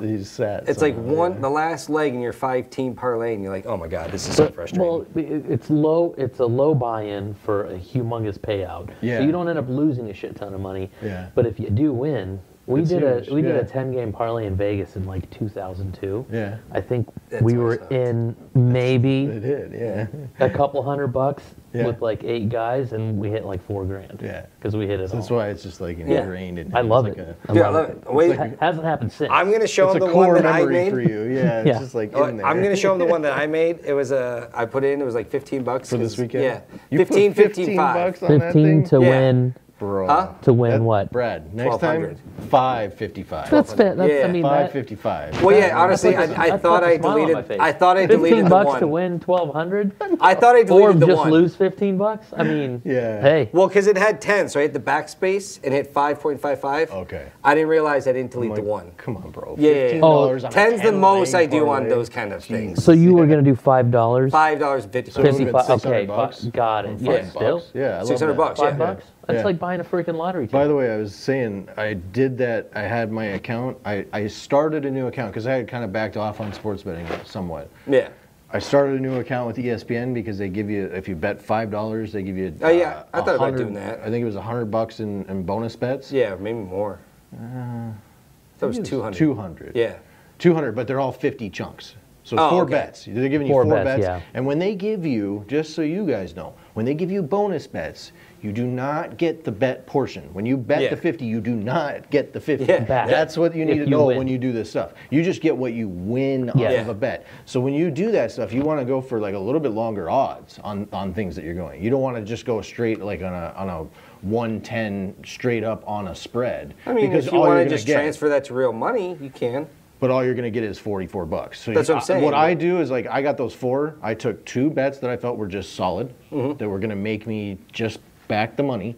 C: He's sat.
B: it's like
C: somewhere,
B: one
C: yeah.
B: the last leg in your five team parlay, and you're like, oh my god, this is so frustrating.
A: Well, i- i- it's low. It's a low buy-in for a humongous payout.
C: Yeah.
A: So you don't end up losing a shit ton of money.
C: Yeah.
A: But if you do win, We
C: It's
A: did
C: huge,
A: a we did
C: yeah.
A: a ten game parlay in Vegas in like 2002.
C: Yeah.
A: I think
B: That's
A: we
B: what I
A: were
B: thought.
A: in maybe
C: It did, yeah.
A: a couple hundred bucks
C: Yeah.
A: with like eight guys, and we hit like four grand.
C: Yeah.
A: because we hit it
C: That's
A: all.
C: why it's just like
B: Yeah.
C: ingrained. in
A: I
C: him.
A: love
C: It's like
A: it.
C: a-
B: Dude, I love it. Wait,
A: Ha- hasn't happened since.
B: I'm gonna show
C: it's
B: him
C: a
B: the one
C: core
B: that I
C: memory
B: made.
C: for you. Yeah, it's
A: Yeah.
C: just like
B: Oh,
C: in there.
B: I'm gonna show him the one that I made. It was a I put in. It was like 15 bucks
C: for this
B: 'cause-
C: weekend.
B: Yeah,
C: You put
B: 15, 15, five.
C: bucks on that
A: 15
C: thing?
A: to
B: Yeah.
A: win.
C: Bro.
B: Huh?
A: To win
C: That-
A: what?
C: Brad, next time,
B: 1200.
C: 555.
A: That's fair. That's,
B: Yeah.
A: I mean, that,
C: 555.
B: Well, yeah. Honestly, I,
A: put the-
B: I,
A: put
B: thought
A: the
B: I
A: smile on
B: deleted.
A: my face.
B: I thought I
A: 15
B: deleted the
A: bucks to
B: one.
A: win 1200
B: I thought I
A: or
B: deleted the
A: just
B: one.
A: lose 15 bucks? I mean,
C: Yeah.
A: hey.
B: Well, because it had 10, so I hit the backspace and hit 5.55.
C: Okay.
B: I didn't realize I didn't delete
C: I'm
B: the
C: like,
B: one.
C: Come on, bro.
B: Yeah, yeah, yeah.
C: $15 on a
B: Ten's the
C: 10
B: most
C: leg
B: I do on
C: parlay.
B: those kind of things.
A: So you were going to do $5?
B: Five dollars and fifty
C: would've
B: cents.
C: been
A: 55
C: 600
A: okay,
C: bucks.
A: fi- got it.
C: Five
A: Yeah, still.
C: bucks. Yeah, I love
B: 600
C: that.
B: bucks,
A: Five
B: yeah.
A: bucks? That's
C: Yeah.
A: like buying a freaking lottery
C: By
A: ticket.
C: the way, I was saying I did that. I had my account. I, I started a new account because I had kind of backed off on sports betting somewhat.
B: Yeah.
C: I started a new account with E ESPN because they give you if you bet five dollars, they give you.
B: Oh, yeah. I thought about
C: 100
B: doing that.
C: I think it was a hundred bucks in, in bonus bets.
B: Yeah, maybe more. that was 200.
C: Two hundred.
B: Yeah.
C: Two hundred, but they're all fifty chunks. So
B: Oh,
C: four
B: okay.
C: bets. They're giving you
A: Four
C: four,
A: bets,
C: bets.
A: yeah.
C: And when they give you, just so you guys know, when they give you bonus bets, you do not get the bet portion. When you bet
B: Yeah.
C: the fifty, you do not get the fifty.
B: Yeah. Back.
C: That's what you
A: If
C: need to
A: you
C: know
A: win.
C: when you do this stuff. You just get what you win
A: Yeah.
C: off of a bet. So when you do that stuff, you want to go for like a little bit longer odds on on things that you're going. You don't want to just go straight like on a on a 110 straight up on a spread
B: I mean,
C: because
B: if you
C: all you're
B: want
C: gonna
B: to just
C: get-
B: transfer that to real money, you can.
C: but all you're going to get is 44 bucks. So
B: That's
C: you-
B: what I'm saying.
C: What I do is like I got those four. I took two bets that I felt were just solid
B: Mm-hmm.
C: that were going to make me just back the money,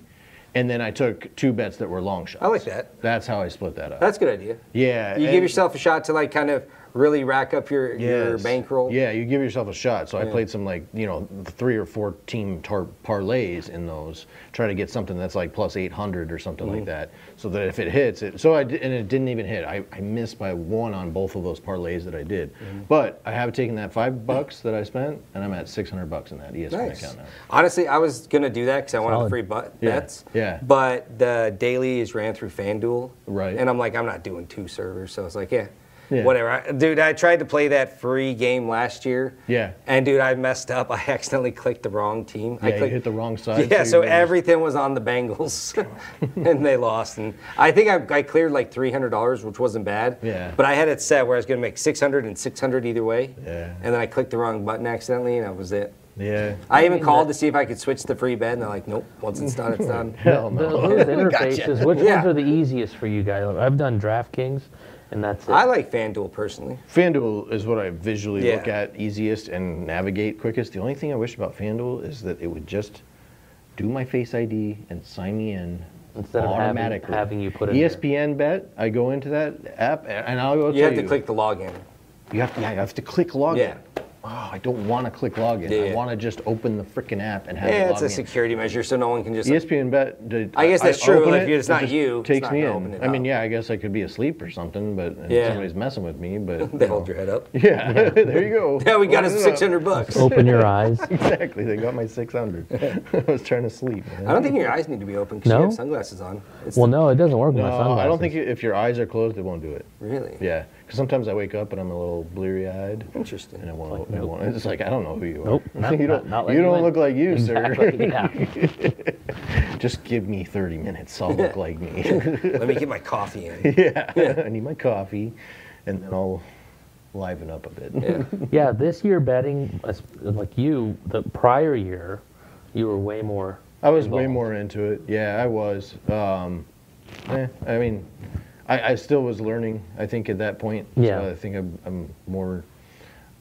C: and then I took two bets that were long shots.
B: I like that.
C: That's how I split that up.
B: That's a good idea.
C: yeah.
B: You give
C: and-
B: yourself a shot to like kind of really rack up your, your
C: Yes.
B: bankroll.
C: Yeah, you give yourself a shot. So I
B: Yeah.
C: played some like you know three or four team tar- parlays in those, try to get something that's like plus eight hundred or something
B: Mm-hmm.
C: like that, so that if it hits it. So I di- and it didn't even hit. I, I missed by one on both of those parlays that I did.
B: Mm-hmm.
C: But I have taken that five bucks that I spent, and I'm at six hundred bucks in that E ESPN
B: Nice.
C: account now.
B: Honestly, I was gonna do that because I wanted the
A: Solid.
B: free but-
C: Yeah,
B: bets.
C: yeah.
B: But the daily is ran through FanDuel.
C: Right.
B: And I'm like, I'm not doing two servers, so I was like, yeah,
C: Yeah.
B: whatever. I, dude, I tried to play that free game last year.
C: Yeah.
B: And dude, I messed up. <laughs> I accidentally clicked the wrong team. I
C: Yeah, you
B: clicked,
C: hit the wrong side,
B: Yeah.
C: so
B: So
C: you lose.
B: everything was on the Bengals, <laughs> and they lost. And I think I, I cleared like three hundred dollars, which wasn't bad.
C: Yeah.
B: But I had it set where I was gonna make 600 and 600 either way.
C: Yeah.
B: And then I clicked the wrong button accidentally, and that was it.
C: Yeah.
B: I even
A: mean,
B: called
A: that-
B: to see if I could switch the free bet, and they're like, nope, once it's done, it's done.
C: Hell
A: The-
C: no. <laughs>
A: those interfaces, which
B: Yeah.
A: ones are the easiest for you guys? I've done DraftKings, and that's it.
B: I like FanDuel personally.
C: FanDuel is what I visually
B: Yeah.
C: look at easiest and navigate quickest. The only thing I wish about FanDuel is that it would just do my Face ID and sign me in
A: Instead of having-
C: automatically. E
A: having you put it in there.
C: ESPN bet, I go into that app and and I'll go
B: You
C: tell
B: have to click the login.
C: You have to, yeah, you have to click login.
B: Yeah.
C: Oh, I don't want to click login.
B: Yeah,
C: I
B: yeah.
C: want to just open the freaking app and have
B: Yeah, it's
C: it log
B: a
C: me in. E
B: security measure, so no one can just.
C: ESPN bet. Did,
B: I guess that's true,
C: open
B: like,
C: it,
B: if it's
C: it
B: not
C: just
B: you, it's
C: Takes
B: not
C: me
B: gonna
C: in.
B: open it
C: I mean,
B: up.
C: yeah, I guess I could be asleep or something, but and
B: Yeah.
C: somebody's messing with me.
B: <laughs>
C: But
B: they
C: you know.
B: hold your head up.
C: Yeah, <laughs> there you go.
B: Yeah, we got
C: Open
B: us
C: it up.
B: 600 bucks.
A: Open your
B: <laughs>
A: eyes.
C: Exactly, they got my 600. <laughs> I was trying to sleep. man.
B: I don't think your eyes need to be open because
A: No?
B: you have sunglasses on. It's
A: Well, no, it doesn't work with my
C: No,
A: sunglasses.
C: I don't think you- if your eyes are closed, it won't do it.
B: Really?
C: Yeah, because sometimes I wake up and I'm a little bleary-eyed.
B: Interesting.
C: And it won't. it won't- It's like I don't know who you are.
A: <laughs> Nope.
C: <laughs> you
A: not-
C: don't.
A: not like
C: you
A: mine.
C: don't look
A: <laughs>
C: like you, <laughs>
A: Exactly, yeah.
C: sir. Just give me 30 minutes.
B: <laughs>
C: I'll look like me.
B: Let me get my coffee in.
C: yeah. <laughs> I need my coffee, and then I'll liven up a bit.
B: Yeah.
A: Yeah, this year betting, as- like you, the prior year, you were way more.
C: I was way
A: involved.
C: more into it. Yeah, I was. Um, eh, I mean, I, I still was learning. I think at that point.
A: Yeah.
C: So I think I'm, I'm more,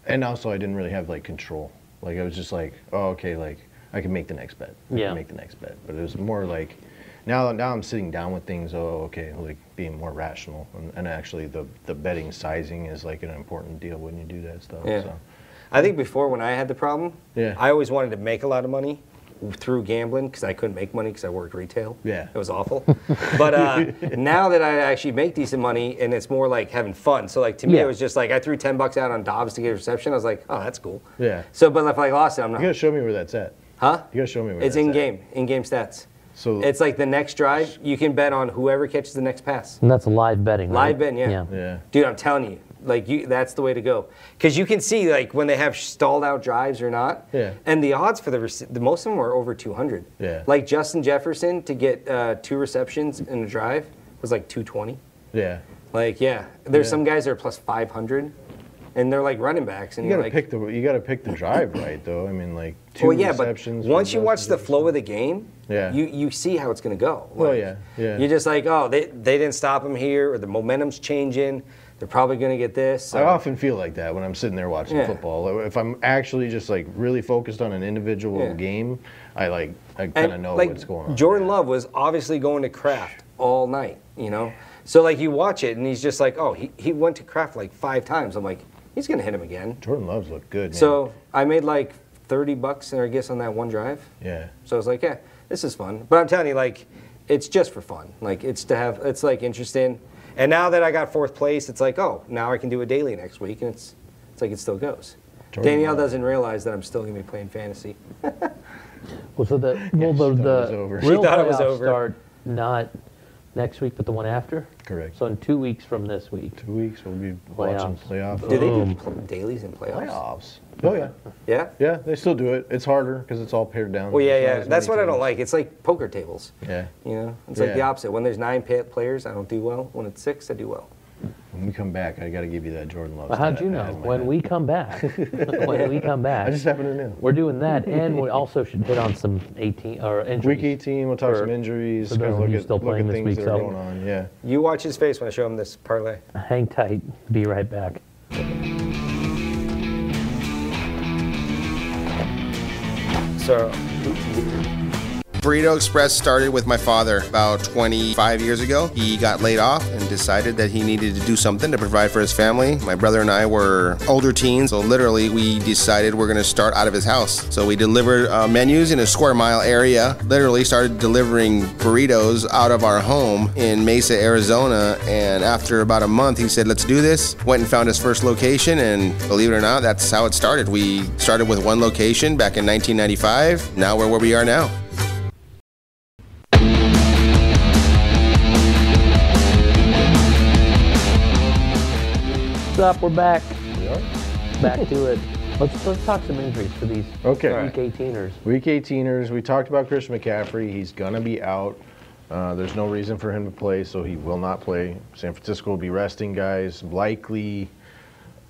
C: and also I didn't really have like control. Like I was just like, oh, okay, like I can make the next bet. I can
A: Yeah.
C: make the next bet, but it was more like. Now, now I'm sitting down with things. Oh, okay, like being more rational, and, and actually the, the betting sizing is like an important deal when you do that stuff.
B: Yeah.
C: So.
B: I think before when I had the problem,
C: Yeah.
B: I always wanted to make a lot of money through gambling because I couldn't make money because I worked retail.
C: Yeah.
B: It was awful. but
C: <laughs>
B: uh, now that I actually make decent money and it's more like having fun. So like to me
A: Yeah.
B: it was just like I threw 10 bucks out on Dobbs to get a reception. I was like, "Oh, that's cool."
C: Yeah.
B: So but if I lost it, I'm
C: You gotta
B: not
C: show me where that's at.
B: Huh?
C: You gotta show me where
B: It's
C: that's
B: in
C: at.
B: game, in game stats.
C: So
B: It's like the next drive, you can bet on whoever catches the next pass.
A: And that's live betting. Right?
B: Live betting, yeah.
C: Yeah.
B: Dude, I'm telling you, like you, that's the way to go. Because you can see like when they have stalled out drives or not.
C: Yeah.
B: And the odds for the, rece- the most of them were over 200.
C: Yeah.
B: Like Justin Jefferson to get uh, two receptions in a drive was like 220.
C: yeah,
B: Like yeah, there's
C: Yeah.
B: some guys that are plus 500, and they're like running backs. And
C: you
B: you are
C: gotta
B: like,
C: pick the you gotta pick the drive right though. I mean, like two
B: well, yeah, but
C: receptions. for
B: once you
C: Justin
B: watch the
C: Jefferson.
B: flow of the game,
C: Yeah.
B: you you see how it's gonna go.
C: Oh,
B: Like,
C: yeah, yeah.
B: You're just like, oh, they they didn't stop him here, or the momentum's changing. They're probably gonna get this.
C: I
B: so-
C: often feel like that when I'm sitting there watching
B: Yeah.
C: football. If I'm actually just like really focused on an individual
B: Yeah.
C: game, I like I
B: And,
C: kind of know
B: like,
C: what's going on.
B: Jordan Love was obviously going to Kraft all night, you know. So like you watch it, and he's just like, oh, he, he went to Kraft like five times. I'm like, he's gonna hit him again.
C: Jordan Love's look good. Man.
B: So I made like 30 bucks, I guess, on that one drive.
C: yeah,
B: So I was like, yeah, this is fun. But I'm telling you, like, it's just for fun. Like, it's to have, it's like interesting. And now that I got fourth place, it's like, oh, now I can do a daily next week, and it's, it's like it still goes.
C: Jordan
B: Danielle
C: Love.
B: doesn't realize that I'm still gonna be playing fantasy.
A: Well, so
C: <laughs>
A: the well, the,
C: she thought
A: the
C: it was over. She
A: real
B: thought it was
A: playoffs
B: over.
A: start not next week, but the one after.
C: Correct.
A: So in two weeks from this week.
C: two weeks we'll be watching
A: Playoffs.
C: playoff
B: Do they do
A: Boom.
B: pl- dailies in playoffs?
C: playoffs.
B: <laughs>
C: Oh yeah,
B: Yeah.
C: yeah. They still do it. It's harder because it's all pared down.
B: Well, yeah,
C: There's not
B: yeah.
C: as
B: That's what
C: many
B: I don't
C: teams.
B: like. It's like poker tables.
C: Yeah.
B: You know, it's like the
C: Yeah.
B: opposite. When there's nine pa- players, I don't do well. When it's six, I do well.
C: When we come back, I got to give you that Jordan Love.
A: But how'd
C: stat
A: you
C: I
A: know?
C: had in my
A: When
C: head.
A: we come
C: <laughs>
A: back, when we come back,
C: I just happened to know.
A: we're doing that, and we also should hit on some 18 or injuries.
C: Week 18, we'll talk
A: For-
C: some injuries,
A: for
C: kind
A: those
C: of
A: of
C: look
A: you
C: at,
A: still
C: look
A: playing
C: at
A: this
C: things
A: week,
C: that are
A: so-
C: going on. Yeah.
B: You watch his face when I show him this parlay.
A: Hang tight. Be right back.
B: So
D: Burrito Express started with my father about 25 years ago. He got laid off and decided that he needed to do something to provide for his family. My brother and I were older teens, so literally we decided we're going to start out of his house. So we delivered uh, menus in a square mile area, literally started delivering burritos out of our home in Mesa, Arizona. And after about a month, he said, let's do this. Went and found his first location, and believe it or not, that's how it started. We started with one location back in 1995. Now we're where we are now.
A: What's up? We're back.
C: We are?
A: Back to it. Let's let's talk some injuries for these
C: Okay.
A: week 18ers.
C: Week 18ers, we talked about Christian McCaffrey. He's going to be out. Uh, there's no reason for him to play, so he will not play. San Francisco will be resting guys. Likely,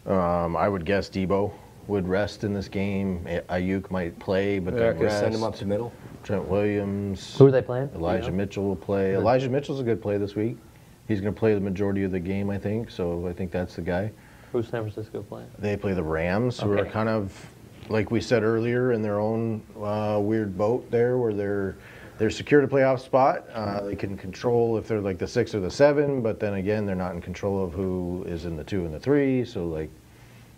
C: um, I would guess Debo would rest in this game. Ayuk might play, but
B: they're
C: then
B: gonna
C: rest.
B: send him up the middle.
C: Trent Williams.
A: Who are they playing?
C: Elijah Mitchell will play. Elijah Mitchell's a good play this week. He's going to play the majority of the game, I think. So I think that's the guy.
A: Who's San Francisco playing?
C: They play the Rams, who are
A: Okay.
C: kind of, like we said earlier, in their own uh, weird boat there, where they're they're secure to playoff spot. Uh, they can control if they're like the six or the seven, but then again, they're not in control of who is in the two and the three. So like,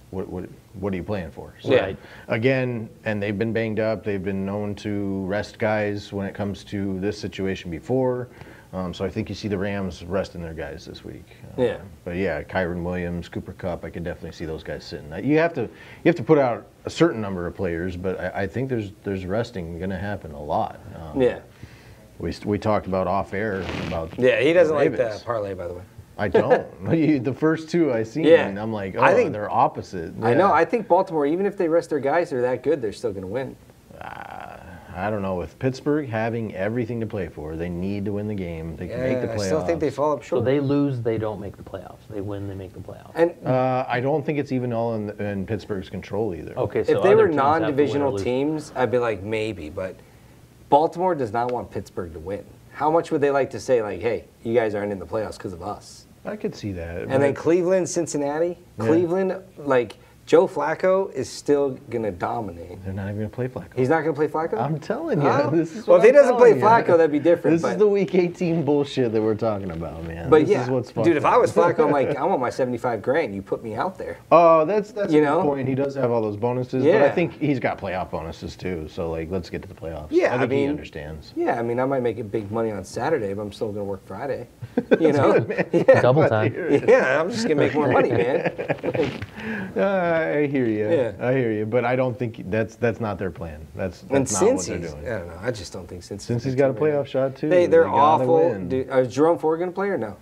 C: what what what are you playing for? So,
B: Yeah. Right.
C: Again, and they've been banged up. They've been known to rest guys when it comes to this situation before. Um, so I think you see the Rams resting their guys this week. Uh,
B: Yeah.
C: but yeah, Kyron Williams, Cooper Cup, I could definitely see those guys sitting. You have to you have to put out a certain number of players, but I, I think there's there's resting going to happen a lot. Um,
B: Yeah.
C: We st- we talked about off air about
B: Yeah, he doesn't
C: the
B: like
C: Ravens.
B: that parlay, by the way.
C: I don't. <laughs> You- the first two I seen,
B: Yeah.
C: I'm like, oh,
B: I think-
C: they're opposite.
B: I know.
C: Yeah.
B: I think Baltimore, even if they rest their guys, they're that good. They're still going to win.
C: I don't know. With Pittsburgh having everything to play for, they need to win the game. They can make the
B: I
C: playoffs.
B: still think they fall up
A: So
B: short.
A: they lose, they don't make the playoffs. They win, they make the playoffs.
B: and
C: Uh, I don't think it's even all in, in Pittsburgh's control either.
A: okay, so
B: if they
A: other
B: were
A: teams have to win or
B: non-divisional
A: lose.
B: teams, I'd be like maybe, but Baltimore does not want Pittsburgh to win. How much would they like to say like, "Hey, you guys aren't in the playoffs because of us"?
C: I could see that.
B: And then Cleveland, Cincinnati, Cleveland, like Joe Flacco is still going to dominate.
C: they're not even going to play Flacco.
B: He's not going to play Flacco.
C: I'm telling you.
B: Huh?
C: This is
B: Well,
C: what
B: if he
C: I'm
B: doesn't play
C: telling you.
B: Flacco, that'd be different,
C: This
B: but-
C: is the Week 18 bullshit that we're talking about, man.
B: but
C: this
B: yeah,
C: is what's fucked
B: dude, if I
C: up.
B: was Flacco, I'm
C: <laughs>
B: like, I want my 75 grand. You put me out there.
C: Oh, that's that's
B: You
C: a good
B: know?
C: point. He does have all those bonuses, but I
B: Yeah.
C: think he's got playoff bonuses too. So like, let's get to the playoffs.
B: Yeah,
C: I
B: I
C: think he
B: mean-
C: understands.
B: Yeah, I mean, I might make it big money on Saturday, but I'm still going to work
C: <laughs>
B: Friday. You know?
A: <laughs> Double time.
B: <laughs>
C: <laughs>
B: yeah, I'm just going to make more money, man.
C: Uh, I, I hear you.
B: Yeah.
C: I hear you. But I don't think that's that's not their plan. That's,
B: And
C: that's not what
B: Cincy's,
C: they're
B: I
C: doing.
B: don't know. I just don't think Cincy's.
C: Since he's got a playoff shot too.
B: They, they're
C: gotta
B: awful.
C: win.
B: Dude, uh, is Jerome Ford going to play or no?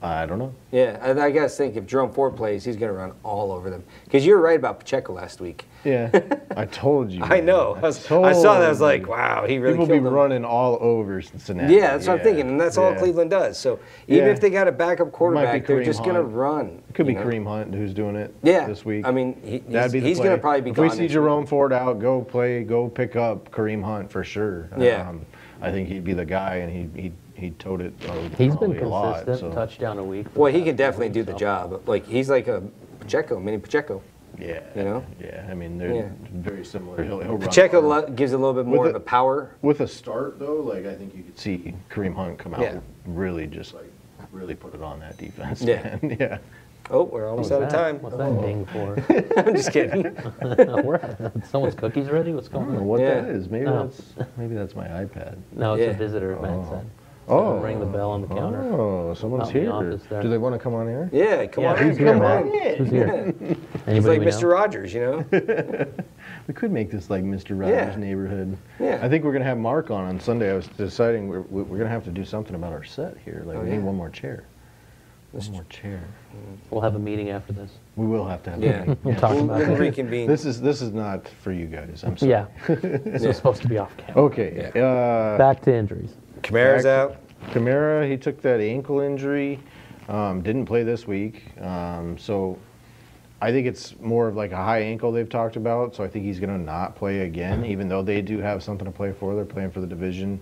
C: I don't know.
B: Yeah, I, I gotta think if Jerome Ford plays, he's gonna run all over them. Because you were right about Pacheco last week.
C: Yeah, <laughs> I told you.
B: <laughs> I
C: man.
B: know. I, was- I saw that. I was
C: told you.
B: like, wow, he really
C: People be
B: killed them.
C: running all over Cincinnati.
B: Yeah, that's what I'm thinking, and that's all
C: yeah.
B: Cleveland does. So even
C: Yeah.
B: if they got a backup quarterback, they're
C: Kareem
B: just gonna
C: Hunt.
B: run.
C: It could be
B: you know?
C: Kareem Hunt who's doing it.
B: Yeah,
C: This week.
B: I mean, he- he's,
C: That'd be the
B: he's gonna
C: play.
B: probably be
C: If
B: gone.
C: we see
B: next
C: Jerome Ford out, go play, go pick up Kareem Hunt for sure. Um,
B: Yeah.
C: I think he'd be the guy, and he he he towed it. uh,
A: He's been
C: probably a lot,
A: consistent,
C: so,
A: touchdown a week. for
B: Well,
A: the
B: he can
A: past couple
B: definitely do the
A: weeks, so.
B: job. Like he's like a Pacheco, mini Pacheco.
C: Yeah.
B: you know?
C: Yeah. I mean, they're
B: Yeah.
C: very similar. He'll, he'll run
B: Pacheco
C: hard.
B: lo- gives a little bit more
C: With
B: of
C: the-
B: a power.
C: With a start though, like I think you could see Kareem Hunt come out
B: Yeah.
C: really just like really put it on that defense.
B: Yeah.
C: man. <laughs> yeah.
B: Oh, we're almost
A: What
B: out of
A: was that?
B: time.
A: What's that ding for?
B: <laughs> I'm just
C: <laughs>
B: kidding.
A: We're- Someone's cookies ready? What's
C: I
A: going
C: don't know
A: on?
C: what
B: Yeah. Oh.
C: that is. Maybe
A: No.
C: that's maybe that's my iPad.
A: No, it's
B: Yeah.
A: a visitor, Matt
C: Oh.
A: said.
C: Oh.
A: Ring the bell on the counter.
C: Oh, someone's
A: Out in the
C: here.
A: office there.
C: Do they want to come on air?
B: Yeah, come
A: Yeah,
B: on,
A: who's
B: in,
A: here,
B: come
A: Matt?
B: on.
A: Who's here?
B: He's
A: Anybody
B: like
A: we
B: Mr.
A: know?
B: Rogers, you
A: <laughs>
B: know.
C: We could make this like Mr. Rogers'
B: Yeah.
C: neighborhood.
B: Yeah.
C: I think we're gonna have Mark on on Sunday. I was deciding we're, we- we're gonna have to do something about our set here. Like
B: Oh,
C: we
B: yeah.
C: need one more chair. One more chair.
A: We'll have a meeting after this.
C: We will have to have. a
B: Yeah. <laughs>
C: meeting.
A: We'll talk
B: We'll
A: about
B: we'll
A: that.
B: reconvene.
C: This is this is not for you guys. I'm sorry.
A: Yeah. <laughs> this
B: Yeah.
A: was supposed to be off camera.
C: Okay. Uh,
A: Back to injuries.
B: Kamara's
C: Back-
B: out.
C: Kamara, he took that ankle injury, um, didn't play this week. Um, so I think it's more of like a high ankle they've talked about. So I think he's going to not play again, even though they do have something to play for. They're playing for the division.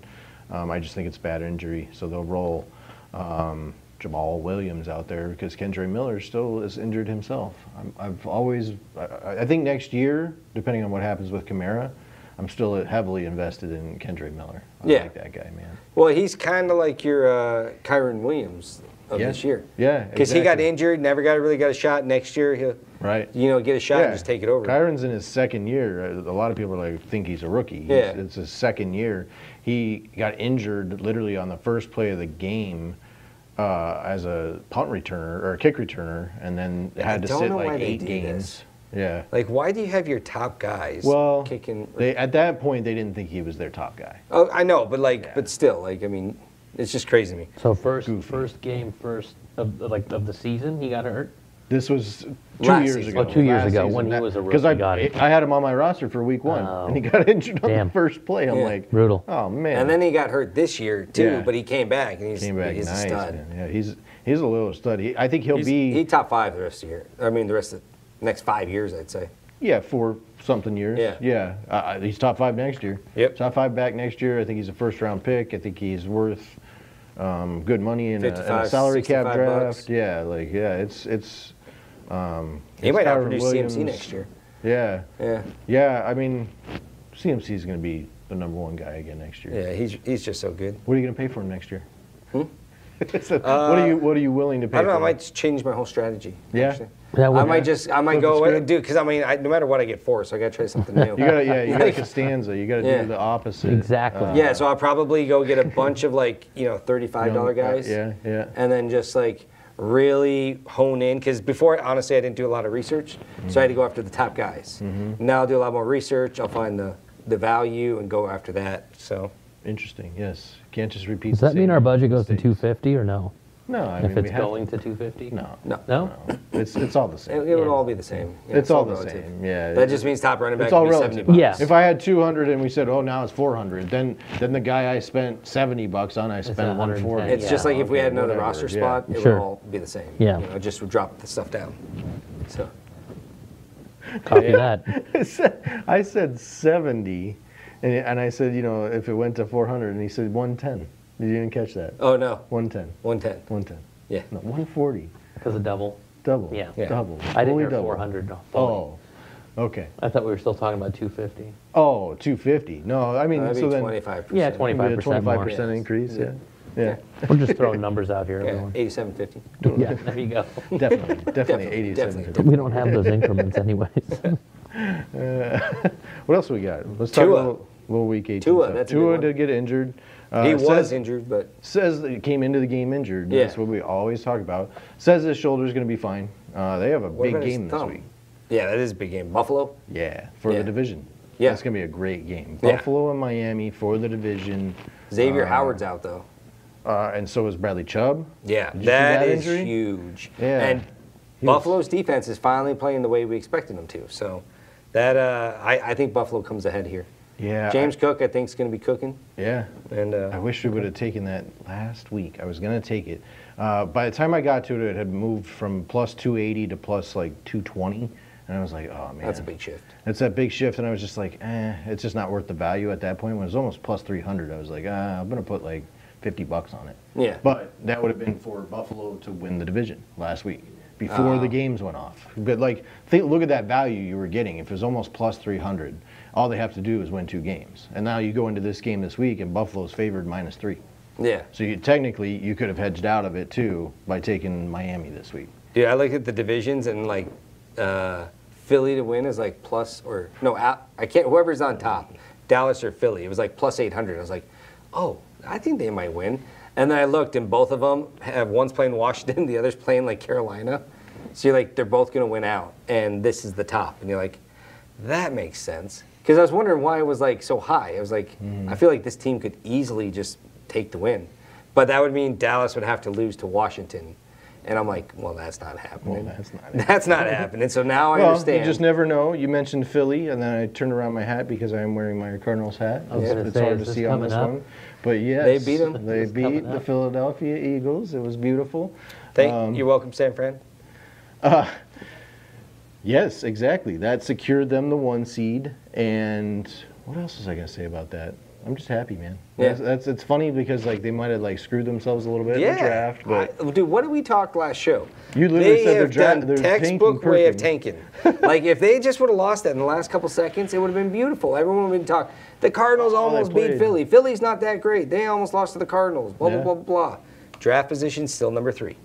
C: Um, I just think it's bad injury. So they'll roll um, Jamal Williams out there because Kendra Miller still is injured himself. I'm, I've always, I- I, I think next year, depending on what happens with Kamara, I'm still heavily invested in Kendra Miller. I
B: Yeah.
C: like that guy, man.
B: Well, he's kind of like your uh, Kyron Williams of
C: Yeah.
B: this year.
C: Yeah,
B: Because he got
C: exactly.
B: injured, never got really got a shot. Next year, he'll
C: Right.
B: you know get a shot and just take it over.
C: Kyron's in his second year. A lot of people are like think he's a rookie. He's-
B: Yeah.
C: It's his second year. He got injured literally on the first play of the game uh, as a punt returner or a kick returner, and then had to
B: don't
C: sit
B: know why
C: like
B: they
C: eight
B: do
C: games.
B: this.
C: Yeah.
B: Like, why do you have your top guys
C: Well,
B: kicking?
C: they, at that point they didn't think he was their top guy.
B: oh, I know, but like, but still, like, I mean, it's just crazy to me.
A: So first,
C: Goofy.
A: first game, first of like of the season, he got hurt.
C: This was two
B: Last
C: years
B: season.
C: ago.
A: Oh, two years ago, when he was a
C: Because I,
A: rookie, got it.
C: I had him on my roster for week one,
A: Oh.
C: and he got <laughs> injured on
A: Damn.
C: the first play. I'm
B: Yeah.
C: like,
A: Brutal.
C: Oh man.
B: And then he got hurt this year too,
C: Yeah.
B: but he came back and he's,
C: Came back
B: he's
C: nice.
B: a stud.
C: man. Yeah, he's he's a little stud. He, I think he'll
B: He's-
C: be
B: he top five the rest of the year. I mean, the rest of the next five years, I'd say.
C: yeah four something years.
B: Yeah.
C: yeah. Uh, Uh, he's top five next year.
B: Yep.
C: Top five back next year. I think he's a first round pick. I think he's worth um, good money in, a, in a
B: 55,
C: salary cap
B: 65
C: draft.
B: bucks.
C: Yeah, like yeah, it's it's um,
B: He
C: It's
B: might
C: Kyron
B: outproduce CMC
C: Williams.
B: next year.
C: yeah
B: Yeah,
C: yeah. I mean, CMC is going to be the number one guy again next year.
B: yeah, he's he's just so good.
C: What are you going to pay for him next year? So, <laughs> what are you what are you willing to pay?
B: Uh, I don't know. I
C: for him?
B: might just change my whole strategy.
C: Yeah?
B: actually.
A: That would-
B: I might just. I might
C: Flip the
B: go away,
C: script?
B: dude. Because I mean, I, no matter what, I get four, so I gotta try something
C: <laughs>
B: new.
C: You gotta, yeah, you gotta Costanza. You gotta
B: Yeah. Uh,
C: do the opposite. Uh,
A: Exactly.
B: yeah, so I'll probably go get a bunch of like you know thirty-five dollar
C: Young- uh,
B: guys.
C: yeah, yeah.
B: And then just like really hone in because before, honestly, I didn't do a lot of research, so I had to go after the top guys.
C: Mm-hmm.
B: Now I'll do a lot more research. I'll find the the value and go after that. So
C: Interesting. Yes. Can't just repeat.
A: Does
C: the
A: that mean
C: same
A: our budget goes to
C: mistakes.
A: 250 or no?
C: No, I
A: if
C: mean we
A: it's
C: have
A: going to 250.
C: No.
B: no,
A: No.
C: It's it's all the
B: it,
C: same.
B: it would all be the same. You know,
C: It's all the
B: relative.
C: same, yeah.
B: That just means top running back
C: It's all
B: would be seventy
C: relative.
B: bucks.
A: Yeah.
C: If I had 200 and we said, oh, now it's 400, then then the guy I spent 70 bucks on, I spent
A: 110.
C: 140.
B: It's just
A: Yeah,
B: like if we
C: okay,
B: had another
C: whatever,
B: roster
C: yeah.
B: spot, it
A: Sure.
B: would all be the same.
A: Yeah.
B: You know, just would drop the stuff down. So
A: Copy that.
C: <laughs> I said 70, and and I said, you know, if it went to 400, and he said 110. You didn't catch that.
B: oh no.
C: 110.
B: One ten.
C: 110.
B: Yeah.
C: No, 140.
A: Because of double.
C: Double.
A: Yeah.
B: Yeah.
C: Double.
A: I didn't
C: Fully
A: hear
C: double.
A: 400. fully.
C: Oh. Okay.
A: I thought we were still talking about <laughs> 250.
C: Oh, 250. No, I mean,
B: That'd
C: so
B: be
C: then
B: twenty five
A: Yeah,
B: percent.
A: 25%
C: it'd be a
A: more.
C: 25% increase. Yeah. Yeah.
A: We're just throwing numbers out here,
B: Yeah,
A: everyone.
B: eighty seven fifty.
A: Yeah, there you go.
B: <laughs>
C: Definitely. Definitely 87.
B: definitely.
A: We don't have those increments,
C: <laughs>
A: anyways.
C: What else we got? Let's talk
B: Tua.
C: a little, little week 18.
B: Tua,
C: stuff.
B: that's a good
C: Tua
B: one.
C: did get injured. Uh,
B: He was
C: says-
B: injured, but
C: Says that he came into the game injured.
B: Yeah.
C: That's what we always talk about. Says his shoulder's going to be fine. Uh, they have a big
B: about his
C: game this
B: thumb?
C: week.
B: Yeah, that is a big game. Buffalo.
C: Yeah, for
B: Yeah.
C: the division.
B: Yeah.
C: That's going to be a great game.
B: Yeah.
C: Buffalo and Miami for the division.
B: Xavier
C: Uh,
B: Howard's out though.
C: Uh, and so is Bradley Chubb.
B: Yeah,
C: Did you see
B: that
C: that
B: is
C: injury?
B: huge.
C: Yeah.
B: And
C: Huge.
B: Buffalo's defense is finally playing the way we expected them to. So that uh, I, I think Buffalo comes ahead here.
C: Yeah.
B: James Cook, I think, is going to be cooking.
C: I- yeah.
B: And
C: I
B: uh,
C: wish we would have taken that last week. I was going to take it. Uh, by the time I got to it, it had moved from plus 280 to plus like 220. And I was like, oh, man.
B: that's a big shift.
C: It's that big shift, and I was just like, eh, it's just not worth the value at that point. When it was almost plus 300, I was like, ah, I'm going to put like 50 bucks on it.
B: Yeah.
C: But that would have been for Buffalo to win the division last week before the games went off. But like, think, look at that value you were getting. If it was almost plus 300, all they have to do is win two games. And now you go into this game this week, and Buffalo's favored minus three.
B: Yeah.
C: So you, technically, you could have hedged out of it too by taking Miami this week.
B: Dude, I look at the divisions and like uh, Philly to win is like plus or no, I I can't. Whoever's on top, Dallas or Philly, it was like plus eight hundred. I was like, oh, I think they might win. And then I looked, and both of them have one's playing Washington, <laughs> the other's playing like Carolina. So you're like, they're both going to win out, and this is the top. And you're like, that makes sense. Because I was wondering why it was like so high. I was like,
C: Mm-hmm.
B: I feel like this team could easily just take the win, but that would mean Dallas would have to lose to Washington. And I'm like, well, that's not happening.
C: Well, that's not happening.
B: <laughs> That's not happening. So now I
C: well,
B: understand.
C: you just never know. You mentioned Philly, and then I turned around my hat because I am wearing my Cardinals hat.
A: I was
C: It's-
A: gonna
C: it's
A: say,
C: hard
A: is
C: to
A: this
C: see on
A: coming
C: this
A: up?
C: one, but yes,
B: beat 'em?
C: They
A: Is this coming
C: beat the
A: up?
C: Philadelphia Eagles. It was beautiful.
B: Thank,
C: Um,
B: you're welcome, San Fran.
C: Yes, exactly. That secured them the one seed. And what else was I gonna say about that? I'm just happy, man.
B: Yeah.
C: That's, that's it's funny because like they might have like screwed themselves a little bit in the draft, but
B: I- dude, what did we talk last show?
C: You literally
B: they
C: said they're
B: have
C: dra-
B: done
C: they're tanking
B: textbook way of
C: perfect.
B: tanking.
C: <laughs>
B: like if they just would have lost that in the last couple seconds, it would have been beautiful. Everyone would have been talking. The Cardinals
C: Oh, they
B: almost beat
C: played.
B: Philly. Philly's not that great. They almost lost to the Cardinals. Blah
C: Yeah.
B: blah blah blah. Draft position still number three.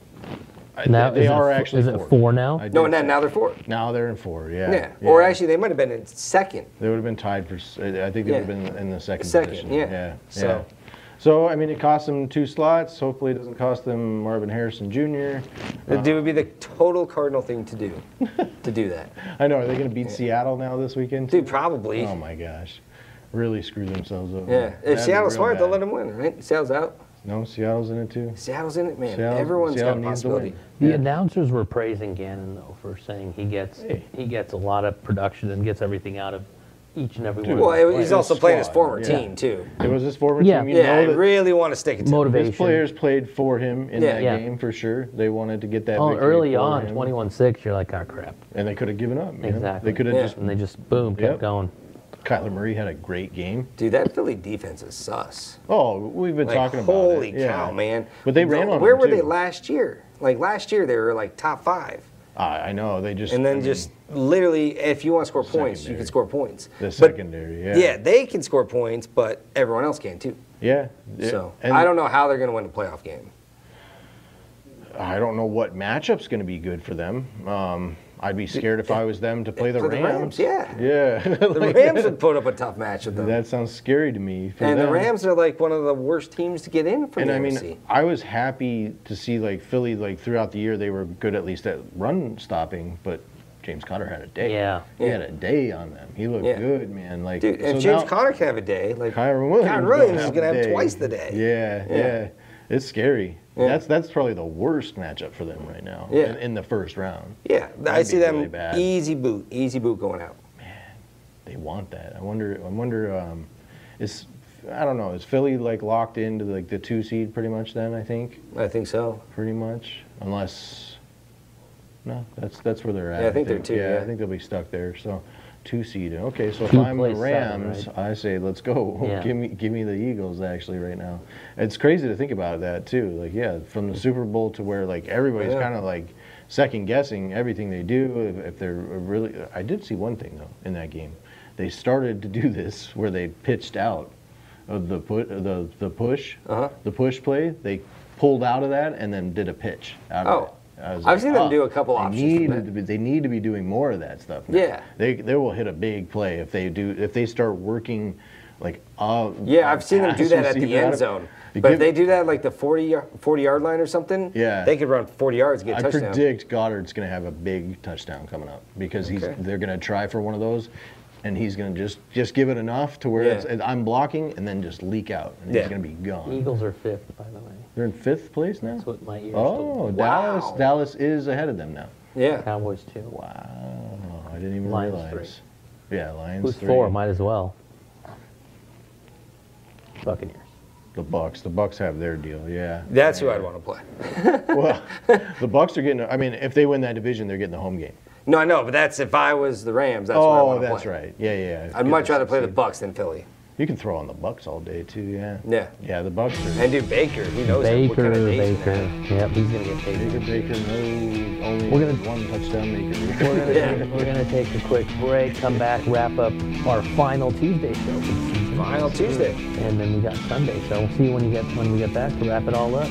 C: I-
A: Now,
C: they, they
A: is it
C: are
A: f-
C: actually
A: is it four now?
C: I
B: No,
C: did
B: and then
C: say-
B: now they're four.
C: Now they're in four. Yeah.
B: Yeah. Or actually, they might have been in second.
C: They would have been tied for. s- I think they would have been in the second,
B: Second,
C: position.
B: yeah.
C: yeah.
B: So-
C: yeah. So I mean, it cost them two slots. Hopefully, it doesn't cost them Marvin Harrison Jr.
B: It would be the total Cardinal thing to do, to do
C: <laughs>
B: that.
C: I know. Are they going to beat Seattle now this weekend?
B: Dude,
C: too?
B: probably.
C: Oh my gosh, really screw themselves up.
B: yeah. If Seattle's smart, they'll let them win, right? Seattle's out.
C: No, Seattle's in it too.
B: Seattle's in it, man.
C: Seattle-
B: Everyone's
C: Seattle
B: got a
C: needs to win.
B: possibility.
A: The
C: Yeah.
A: announcers were praising Gannon though for saying he gets
C: Hey.
A: he gets a lot of production and gets everything out of each and every one.
C: Dude.
A: of
B: Well, he's
C: Playing
B: also playing his
C: squad,
B: former
C: yeah.
B: team too.
C: It was this forward
A: Yeah.
C: team. You
B: Yeah, I
C: know that
B: really want to stick it to. him.
A: Motivate-
C: His players played for him in
B: Yeah.
C: that
A: Yeah.
C: game for sure. They wanted to get that.
A: them. Oh,
C: victory
A: early
C: for
A: on,
C: him,
A: 21-6, you're like, oh crap.
C: and they could have given up. you know?
A: Exactly.
C: They could have
B: Yeah.
C: just.
A: And they just boom kept
C: Yep.
A: going.
C: Kyler Murray had a great game.
B: Dude, that Philly defense is sus.
C: Oh, we've been
B: Like,
C: talking about
B: holy
C: it. yeah.
B: cow, man!
C: But they ran
B: No,
C: on
B: Where
C: them,
B: were they
C: too.
B: last year? Like last year, they were like top five,
C: I, I know they just
B: and then
C: I mean,
B: just literally, if you want to score points, you
C: Secondary.
B: can score points.
C: the
B: But-
C: secondary. Yeah.
B: Yeah, they can score points, but everyone else can too.
C: Yeah. yeah.
B: So
C: And
B: I don't know how they're going to win a playoff game.
C: <laughs> I don't know what matchup's going to be good for them. Um, I'd be scared if I was them to play the
B: For
C: Rams.
B: the Rams, yeah.
C: Yeah. <laughs>
B: The Rams would put up a tough match with them.
C: that sounds scary to me. For
B: and the
C: them.
B: Rams are like one of the worst teams to get in for
C: And
B: the
C: I mean,
B: NFC.
C: I was happy to see like Philly like throughout the year they were good at least at run stopping, but James Conner had a day.
A: Yeah.
C: He
B: Yeah.
C: had a day on them. He looked
B: Yeah.
C: good, man. Like
B: Dude, if
C: so
B: James
C: now-
B: Conner can have a day, like
C: Kyron Williams.
B: Kyron
C: don't
B: Williams is going to
C: the
B: have
C: day.
B: twice the day.
C: Yeah,
B: Yeah.
C: yeah, It's scary.
B: Yeah.
C: That's that's probably the worst matchup for them right now.
B: Yeah.
C: In, in the first round,
B: Yeah, I
C: That'd
B: see
C: be
B: them
C: really bad.
B: easy boot, easy boot going out.
C: they want that. I wonder. I wonder. Um, is I don't know. Is Philly like locked into like the two seed pretty much? Then I think
B: I think so.
C: pretty much unless. No, that's that's where they're at.
B: Yeah, I think they're two, yeah.
C: I think they'll be stuck there. So, two seed. Okay, so if
A: Two
C: I'm the
A: plays seven,
C: Rams,
A: right?
C: I say let's go. <laughs>
A: Yeah.
C: give me give me the Eagles actually right now. It's crazy to think about that too. Like yeah, from the Super Bowl to where like everybody's
B: Yeah.
C: kind of like second guessing everything they do. If, if they're really, I did see one thing though in that game. They started to do this where they pitched out of Uh, the put the the push
B: Uh-huh.
C: the push play. They pulled out of that and then did a pitch out of
B: Oh.
C: it. I was
B: I've seen them do a couple
C: they
B: options
C: Need
B: from that.
C: to be, they need to be doing more of that stuff. now.
B: Yeah.
C: they they will hit a big play if they do if they start working like uh
B: Yeah, I've seen them do
C: pass <laughs>
B: that at the
C: receiver out
B: end
C: of-
B: zone.
C: You
B: But if
C: give-
B: they do that like the 40 yard, 40 yard line or something,
C: Yeah.
B: they could run 40 yards and get a
C: I
B: touchdown.
C: predict Goddard's going to have a big touchdown coming up because he's
B: Okay.
C: they're going to try for one of those, and he's going to just just give it enough to where
B: Yeah.
C: it's, and I'm blocking and then just leak out and
B: Yeah.
C: he's going to be gone.
A: Eagles are fifth, by the way.
C: They're in fifth place now.
A: That's what my ears
C: oh,
A: told me.
C: Dallas!
B: Wow.
C: Dallas is ahead of them now.
B: Yeah.
A: Cowboys two.
C: Wow, I didn't even
A: Lions
C: realize. Yeah, Lions
A: Who's
C: three.
A: four? Might as well. Buccaneers.
C: the Bucks. The Bucks have their deal. Yeah.
B: That's who I'd want to play.
C: well, the Bucks are getting. I mean, if they win that division, they're getting the home game.
B: No, I know, but that's if I was the Rams, that's what I
C: oh,
B: want to
C: that's
B: play.
C: right. Yeah, yeah.
B: I'd
C: Get
B: much
C: the
B: rather play the
C: sixteen.
B: Bucks than Philly.
C: You can throw on the Bucks all day too. Yeah.
B: Yeah.
C: Yeah, the Bucks are.
B: And dude, Baker, he
A: Oh,
B: knows what kind
A: Baker,
B: of nation
A: Baker.
B: that is.
A: Yep, he's gonna get Baker.
C: Baker, Baker, no, only
A: We're gonna-
C: one
A: <laughs>
C: touchdown
A: We're
C: maker.
A: gonna,
B: Yeah.
A: we're gonna take a quick break, come back, wrap up our final Tuesday show, for the season.
B: Final Tuesday.
A: and then we got Sunday. So we'll see you when you get when we get back to wrap it all up.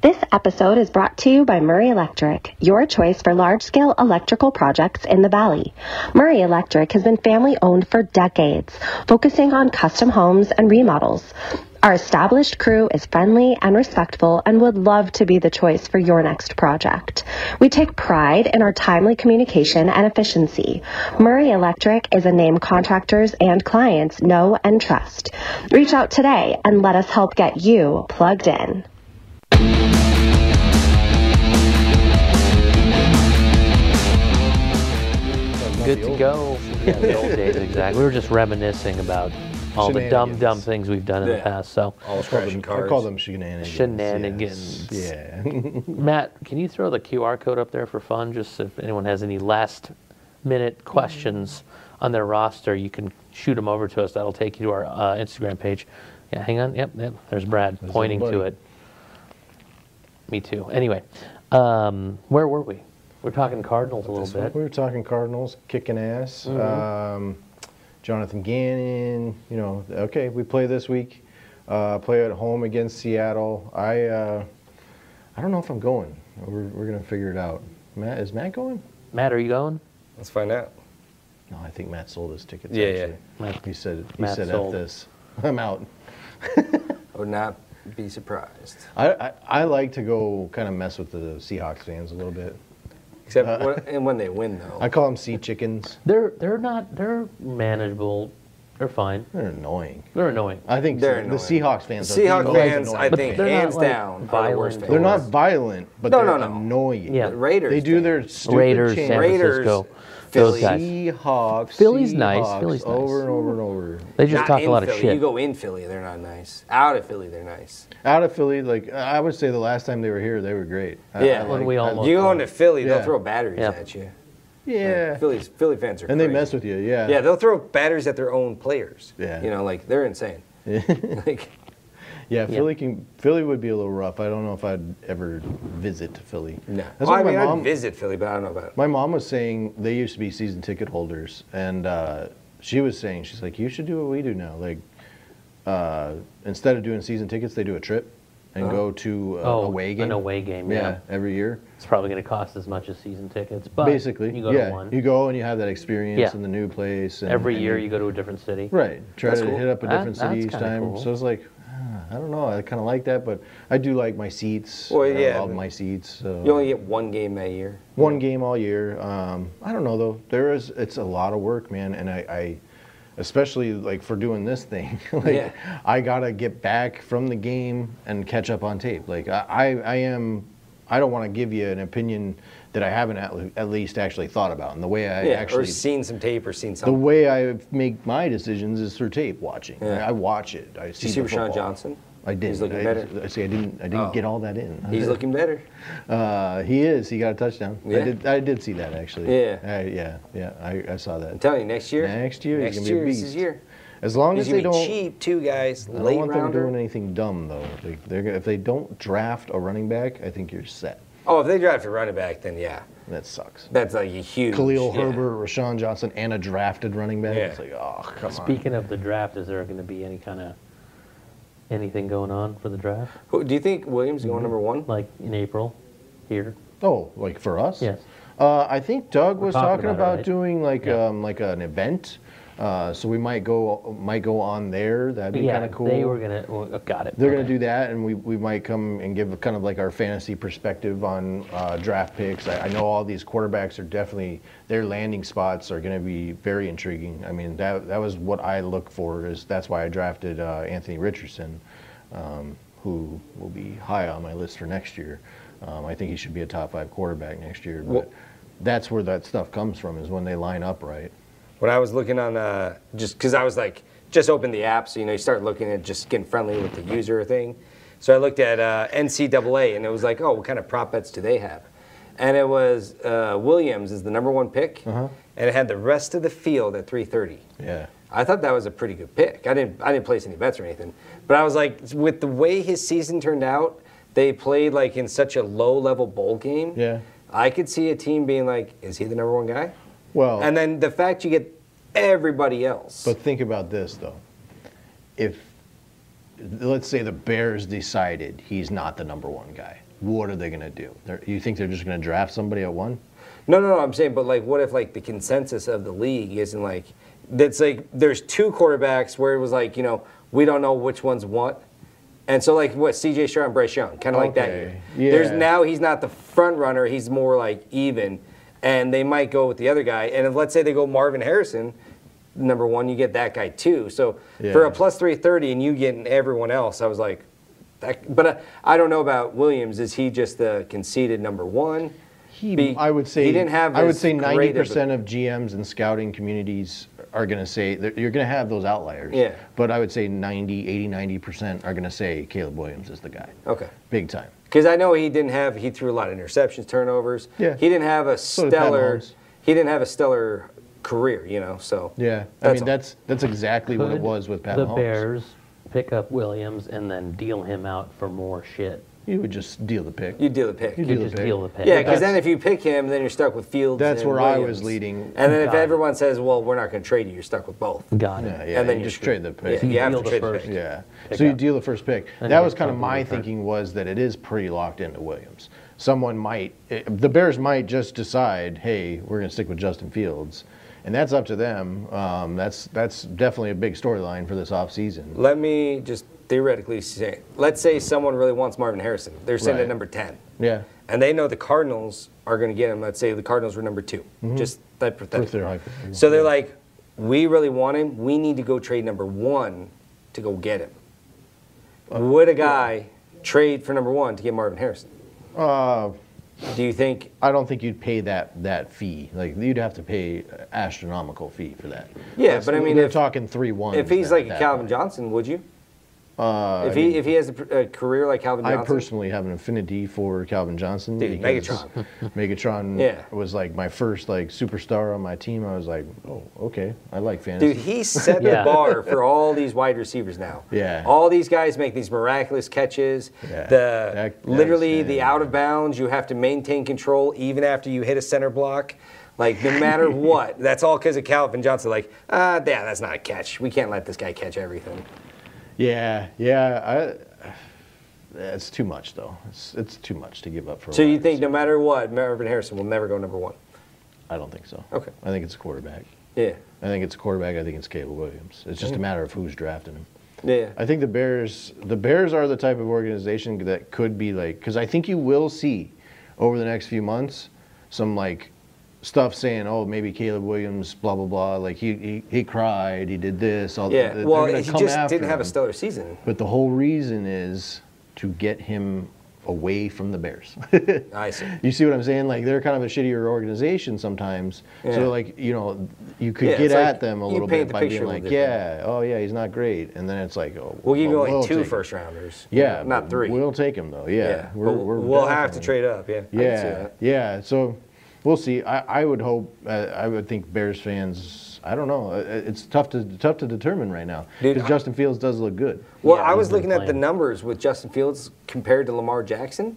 E: This episode is brought to you by Murray Electric, your choice for large scale electrical projects in the Valley. Murray Electric has been family owned for decades, focusing on custom homes and remodels. Our established crew is friendly and respectful and would love to be the choice for your next project. We take pride in our timely communication and efficiency. Murray Electric is a name contractors and clients know and trust. Reach out today and let us help get you plugged in.
A: Good to go. <laughs> Yeah, the old days, exactly. We were just reminiscing about all the dumb, dumb
C: Shenanigans.
A: things we've done in the
B: Yeah.
A: past. So,
B: All
C: I
B: crashing cars.
C: call them shenanigans. yes.
A: Shenanigans.
C: Yeah. <laughs>
A: Matt, can you throw the QR code up there for fun? Just if anyone has any last minute questions on their roster, you can shoot them over to us. That'll take you to our uh, Instagram page. Yeah, hang on. Yep, yep. There's Brad
C: There's
A: pointing
C: little
A: to
C: buddy.
A: it. Me too. Anyway, um, where were we? We're talking Cardinals a
C: That's what
A: little
C: we
A: bit.
C: were talking Cardinals, kicking ass.
B: Mm-hmm.
C: Um, Jonathan Gannon. You know, okay, we play this week. Uh, play at home against Seattle. I. Uh, I don't know if I'm going. We're, we're gonna figure it out. Matt, is Matt going?
A: Matt, are you going?
B: Let's find out.
C: No, I think Matt sold his tickets.
B: Yeah,
C: actually.
A: yeah. Matt-
C: He said he
A: Matt
C: said F
A: sold.
C: this. <laughs> I'm out.
B: I would not be surprised.
C: I, I, I like to go kind of mess with the Seahawks fans a little bit.
B: Except when, and when they win, though.
C: Uh, I call them sea chickens.
A: They're they're not they're manageable. They're fine.
C: They're annoying.
A: They're annoying.
C: I think
B: They're
C: the
B: annoying.
C: Seahawks fans. are
B: Seahawks
C: the most
B: fans,
C: annoying
B: I
A: But
B: think,
A: they're not,
B: hands
A: like,
B: down, are the
A: violent.
B: worst fans.
C: They're not violent, but
B: No,
C: they're
B: no, no.
C: annoying.
A: Yeah.
B: The Raiders.
C: They do
B: thing.
C: their stupid
A: Raiders,
C: chant.
A: San
B: Raiders,
A: Francisco,
B: Philly.
A: those guys.
C: Seahawks.
A: Philly's nice,
C: Seahawks,
A: Philly's nice.
C: Over and over and over.
A: They just
B: Not
A: talk a
B: in
A: lot
B: Philly.
A: of shit.
B: You go in Philly, they're not nice. Out of Philly, they're nice.
C: Out of Philly, like I would say, the last time they were here, they were great. I-
B: Yeah.
C: I
B: When
C: like-
A: we
C: I-
A: almost- Well,
B: you go into Philly,
C: yeah.
B: they'll throw batteries
A: Yeah.
B: at you.
C: Yeah.
B: Philly's, Philly fans are
C: And they
B: crazy.
C: mess with you. Yeah.
B: Yeah, they'll throw batteries at their own players.
C: Yeah.
B: You know, like they're
C: <laughs>
B: insane. like,
C: Yeah, Philly can. Philly would be a little rough. I don't know if I'd ever visit Philly.
B: no.
C: That's
B: Well, I
C: what
B: mean,
C: my mom.
B: I'd visit Philly, but I don't know about
C: my mom was saying they used to be season ticket holders, and uh, she was saying she's like, you should do what we do now. Like, uh, instead of doing season tickets, they do a trip and go to uh, a
A: Oh,
C: away
A: an
C: game.
A: away game, yeah.
C: every year.
A: It's probably going to cost as much as season tickets, but
C: Basically,
A: you go
C: yeah,
A: to one.
C: you go and you have that experience
A: Yeah.
C: in the new place. And,
A: Every
C: and
A: year you go to a different city.
C: Right. Try
B: That's
C: to
B: cool.
C: hit up a
A: That-
C: different
A: that's
C: city each
A: kinda
C: time.
A: cool.
C: So it's like, ah, I don't know. I kind of like that, but I do like my seats.
B: Well,
C: I
B: yeah,
C: love
B: but-
C: my seats. So.
B: You only get one game that year.
C: One game all year. Um, I don't know though. There is. It's a lot of work, man, and I. I Especially like for doing this thing, <laughs> like
B: Yeah.
C: I gotta get back from the game and catch up on tape. Like I, I, I am, I don't want to give you an opinion that I haven't at, le- at least actually thought about. And the way I
B: Yeah,
C: actually
B: or seen some tape or seen
C: the
B: something.
C: way I make my decisions is through tape watching.
B: Yeah.
C: I, I watch it. I
B: Did
C: see.
B: you see
C: the
B: Rashawn
C: football.
B: Johnson?
C: I did.
B: He's looking
C: I,
B: better.
C: I see. I didn't. I didn't
B: Oh.
C: get all that in. <laughs>
B: He's looking better.
C: Uh, he is. He got a touchdown. I
B: Yeah.
C: did. I did see that actually.
B: Yeah.
C: I, yeah. Yeah. I, I saw
B: I'm
C: that.
B: telling you, next year.
C: Next year he's
B: next
C: gonna
B: year
C: be a
B: is
C: beast.
B: his year.
C: As long
B: He's
C: as
B: gonna
C: they
B: be
C: don't.
B: cheap too, guys.
C: I don't
B: Late
C: want them doing
B: rounder.
C: anything dumb though. Like they're gonna- if they don't draft a running back, I think you're set.
B: Oh, if they draft a running back, then yeah,
C: That sucks.
B: that's like a huge.
C: Khalil
B: yeah.
C: Herbert, Rashawn Johnson, and a drafted running back.
B: Yeah.
C: It's like, oh, come on.
A: Speaking of the draft, is there going to be any kind of anything going on for the draft,
B: Who, do you think Williams
C: Mm-hmm.
B: going number one?
A: like in April, here?
C: Oh, like for us?
A: Yes.
C: Uh, I think Doug was
A: talking about
C: talking
A: it,
C: about
A: right?
C: doing like
A: Yeah.
C: um, like an event. Uh, so we might go might go on there. That'd be
A: yeah,
C: kind of cool.
A: they were gonna. Well, got it.
C: They're going
A: Okay.
C: to do that, and we, we might come and give kind of like our fantasy perspective on uh, draft picks. I, I know all these quarterbacks are definitely their landing spots are going to be very intriguing. I mean that that was what I look for. Is that's why I drafted uh, Anthony Richardson, um, who will be high on my list for next year. Um, I think he should be a top five quarterback next year. But
B: Well-
C: that's where that stuff comes from is when they line up right.
B: when I was looking on uh, just because I was like just open the app, so you know you start looking at just getting friendly with the user thing. So I looked at uh, NCAA and it was like, oh, what kind of prop bets do they have? And it was uh, Williams is the number one pick,
C: Uh-huh.
B: and it had the rest of the field at 3:30.
C: Yeah.
B: I thought that was a pretty good pick. I didn't I didn't place any bets or anything, but I was like, with the way his season turned out, they played like in such a low level bowl game.
C: Yeah.
B: I could see a team being like, is he the number one guy?
C: Well,
B: And then the fact you get everybody else.
C: Oh. But think about this though. If let's say the Bears decided he's not the number one guy, what are they going to do? They're, you think they're just going to draft somebody at one?
B: no, no, no. I'm saying, but like, what if like the consensus of the league isn't like that's like there's two quarterbacks where it was like you know we don't know which ones what. And so, like, what C.J. Stroud and Bryce Young, kind of like that.
C: Okay,
B: year. There's
C: yeah.
B: now he's not the front runner; he's more like even, and they might go with the other guy. And if, let's say they go Marvin Harrison, number one, you get that guy too. So for
C: Yeah.
B: a plus three thirty, and you getting everyone else, I was like, that, but I, I don't know about Williams. Is he just the conceded number one?
C: He,
B: Be-
C: I would say
B: he didn't have.
C: I would
B: as
C: say
B: great of a-
C: ninety percent of GMs and scouting communities are going to say they're- you're going to have those outliers.
B: Yeah.
C: But I would say 90, 80, 90 percent are going to say Caleb Williams is the guy.
B: Okay.
C: Big time.
B: Because I know he didn't have. He threw a lot of interceptions, turnovers.
C: Yeah.
B: He didn't have a
C: So did Pat
B: stellar.
C: Mahomes.
B: he didn't have a stellar career, you know. So
C: Yeah. I
B: that's
C: mean
B: all.
C: that's that's exactly what it
A: Could
C: was with Pat
A: the
C: Mahomes.
A: Bears pick up Williams and then deal him out for more shit.
C: You would just deal the pick.
B: you deal the pick.
C: You
A: You
C: Deal the
A: just
C: pick.
A: deal the pick.
B: yeah, because
C: that's-
B: then if you pick him, then you're stuck with Fields.
C: That's
B: and
C: where I
B: Williams.
C: was leading.
B: And then if
A: Got it.
B: everyone says, "Well, we're not going to trade you," you're stuck with both.
A: got it.
C: Yeah, yeah.
B: and then
C: you
B: you're
C: just trade the
B: screwed.
C: pick.
B: Yeah, you
A: You
B: have
A: deal
B: to
A: the
B: trade the
A: first.
B: pick.
C: Yeah.
A: Pick
C: so you
A: up.
C: deal the first pick.
A: And
C: that
A: you
C: was
A: get
C: kind of
A: something
C: my
A: in return.
C: thinking was that it is pretty locked into Williams. Someone might, eh, the Bears might just decide, hey, we're going to stick with Justin Fields, and that's up to them. Um, that's that's definitely a big storyline for this offseason.
B: Let me just theoretically say, let's say someone really wants Marvin Harrison. They're sitting
C: Right.
B: at number 10.
C: Yeah.
B: And they know the Cardinals are going to get him. Let's say the Cardinals were number 2
C: Mm-hmm.
B: Just
C: With their
B: hypothetically.
C: hypo-
B: So they're like, we really want him. We need to go trade number one to go get him. Would a guy trade for number one to get Marvin Harrison?
C: Uh,
B: Do you think
C: I don't think you'd pay that that fee. Like you'd have to pay astronomical fee for that.
B: Yeah, but I mean,
C: they're
B: if-
C: talking three one.
B: if he's like a Calvin Johnson, would you? Uh, if he if he has a, pr- a career like Calvin
C: I
B: Johnson,
C: personally have an affinity for Calvin Johnson.
B: Dude,
C: because <laughs> Megatron
B: Yeah.
C: was like my first like superstar on my team. I was like, oh, okay, I like fantasy.
B: Dude,
C: <laughs>
B: he set
A: Yeah.
B: the bar for all these wide receivers now.
C: Yeah.
B: All these guys make these miraculous catches.
C: Yeah.
B: The
C: That-
B: literally
C: that's-
B: the out of bounds. You have to maintain control even after you hit a center block. Like no
C: <laughs>
B: matter what, that's all because of Calvin Johnson. Like, ah, yeah, that's not a catch. We can't let this guy catch everything.
C: yeah, yeah. I, it's too much though. It's, it's too much to give up for. a
B: So you
C: wide
B: think no
C: receiver.
B: matter what, Marvin Harrison will never go number one?
C: I don't think so.
B: Okay.
C: I think it's a quarterback.
B: Yeah.
C: I think it's a quarterback. I think it's Caleb Williams. It's
B: Mm-hmm.
C: just a matter of who's drafting him.
B: Yeah.
C: I think the Bears the Bears are the type of organization that could be like because I think you will see over the next few months some like stuff saying oh maybe Caleb Williams blah blah blah like he he, he cried he did this all
B: yeah.
C: they're
B: well,
C: gonna
B: he
C: come
B: just
C: after
B: didn't have a
C: him.
B: stellar season.
C: but the whole reason is to get him away from the Bears. <laughs>
B: I see.
C: You see what I'm saying? Like they're kind of a shittier organization sometimes.
B: Yeah.
C: So like you know, you could
B: Yeah,
C: get
B: it's
C: at
B: like
C: them a
B: you
C: little
B: paint
C: bit
B: the
C: by
B: picture
C: being
B: a
C: like,
B: little
C: yeah, oh yeah, he's not great, and then it's like, oh,
B: We'll give you
C: well,
B: like
C: we'll
B: two
C: take him.
B: first rounders.
C: Yeah,
B: Not 3
C: We'll take him though. Yeah,
B: yeah. We're, we'll have to
C: definitely-
B: trade up. Yeah. I can see
C: Yeah,
B: that.
C: yeah. So we'll see. I, I would hope. Uh, I would think Bears fans. I don't know. Uh, It's tough to tough to determine right now
B: Dude,
C: because
B: I-
C: Justin Fields does look good.
B: Well,
A: Yeah,
B: I
A: he's
B: was
A: been
B: looking at the
A: playing.
B: numbers with Justin Fields compared to Lamar Jackson.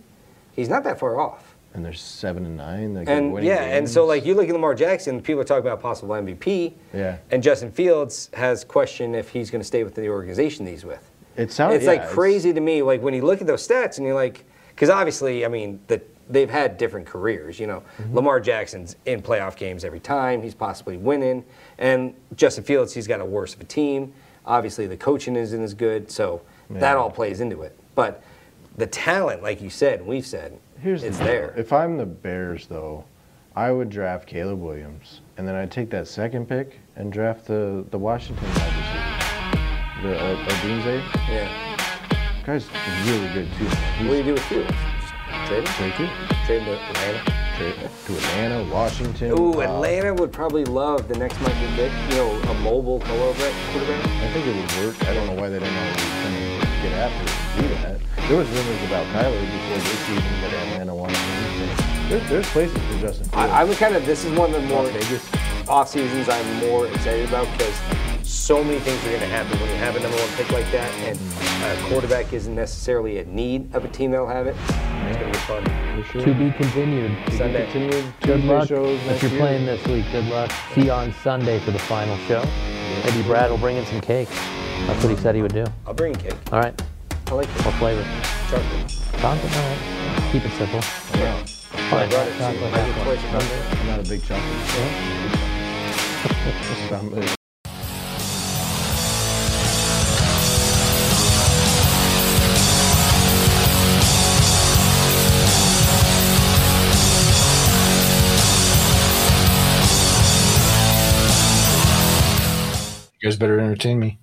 B: He's not that far off.
C: And they're seven and nine. They're
B: And
C: winning
B: yeah, and so
C: games.
B: like you look at Lamar Jackson, people are talking about possible MVP.
C: Yeah.
B: And Justin Fields has question if he's going to stay with the organization that he's with.
C: it sounds
B: it's
C: yeah,
B: like crazy to me. Like when you look at those stats and you're like, because obviously, I mean, the they've had different careers. You know, Lamar Jackson's in playoff games every time. He's possibly winning, and Justin Fields, he's got a worse of a team. Obviously, the coaching isn't as good, so that
C: Yeah.
B: all plays into it. But the talent, like you said, and we've said,
C: Here's
B: it's
C: the deal.
B: there.
C: If I'm the Bears, though, I would draft Caleb Williams, and then I'd take that second pick and draft the the Washington wide receiver, the uh, Odunze.
B: yeah.
C: Guy's really good too.
B: What do you
C: He's
B: do with Fields? Just Trade him?
C: very good.
B: Trade him to Atlanta?
C: Trade to Atlanta, Washington.
B: Ooh,
C: uh,
B: Atlanta would probably love the next Michael Vick, you know, a mobile quarterback. quarterback.
C: I think it would work. I don't know why they didn't always come and get after it and do that. There was rumors about Kyler before this season that Atlanta wanted him. There's, there's places for Justin. Fields.
B: I, I'm kind of. This is one of the more
C: Las Vegas.
B: off seasons I'm more excited about because so many things are going to happen when you have a number one pick like that, and a quarterback isn't necessarily a need of a team that'll have it. It's going to be fun.
C: for sure.
A: To be continued.
B: Sunday.
C: Continued
A: Good
C: Tuesday
A: luck
C: shows
A: if
C: next
A: you're
C: year.
A: playing this week. Good luck. See you on Sunday for the final show. Maybe Brad will bring in some cake. That's what he said he would do.
B: I'll bring cake.
A: All right.
B: I like it.
A: What flavor?
B: Chocolate.
A: Chocolate. All right. Keep it simple.
B: Yeah. I
A: Fine.
B: brought it to you.
A: Chocolate,
B: I did
A: chocolate.
B: twice about that.
C: I'm not a big chocolate. I'm a-
F: You guys better entertain me.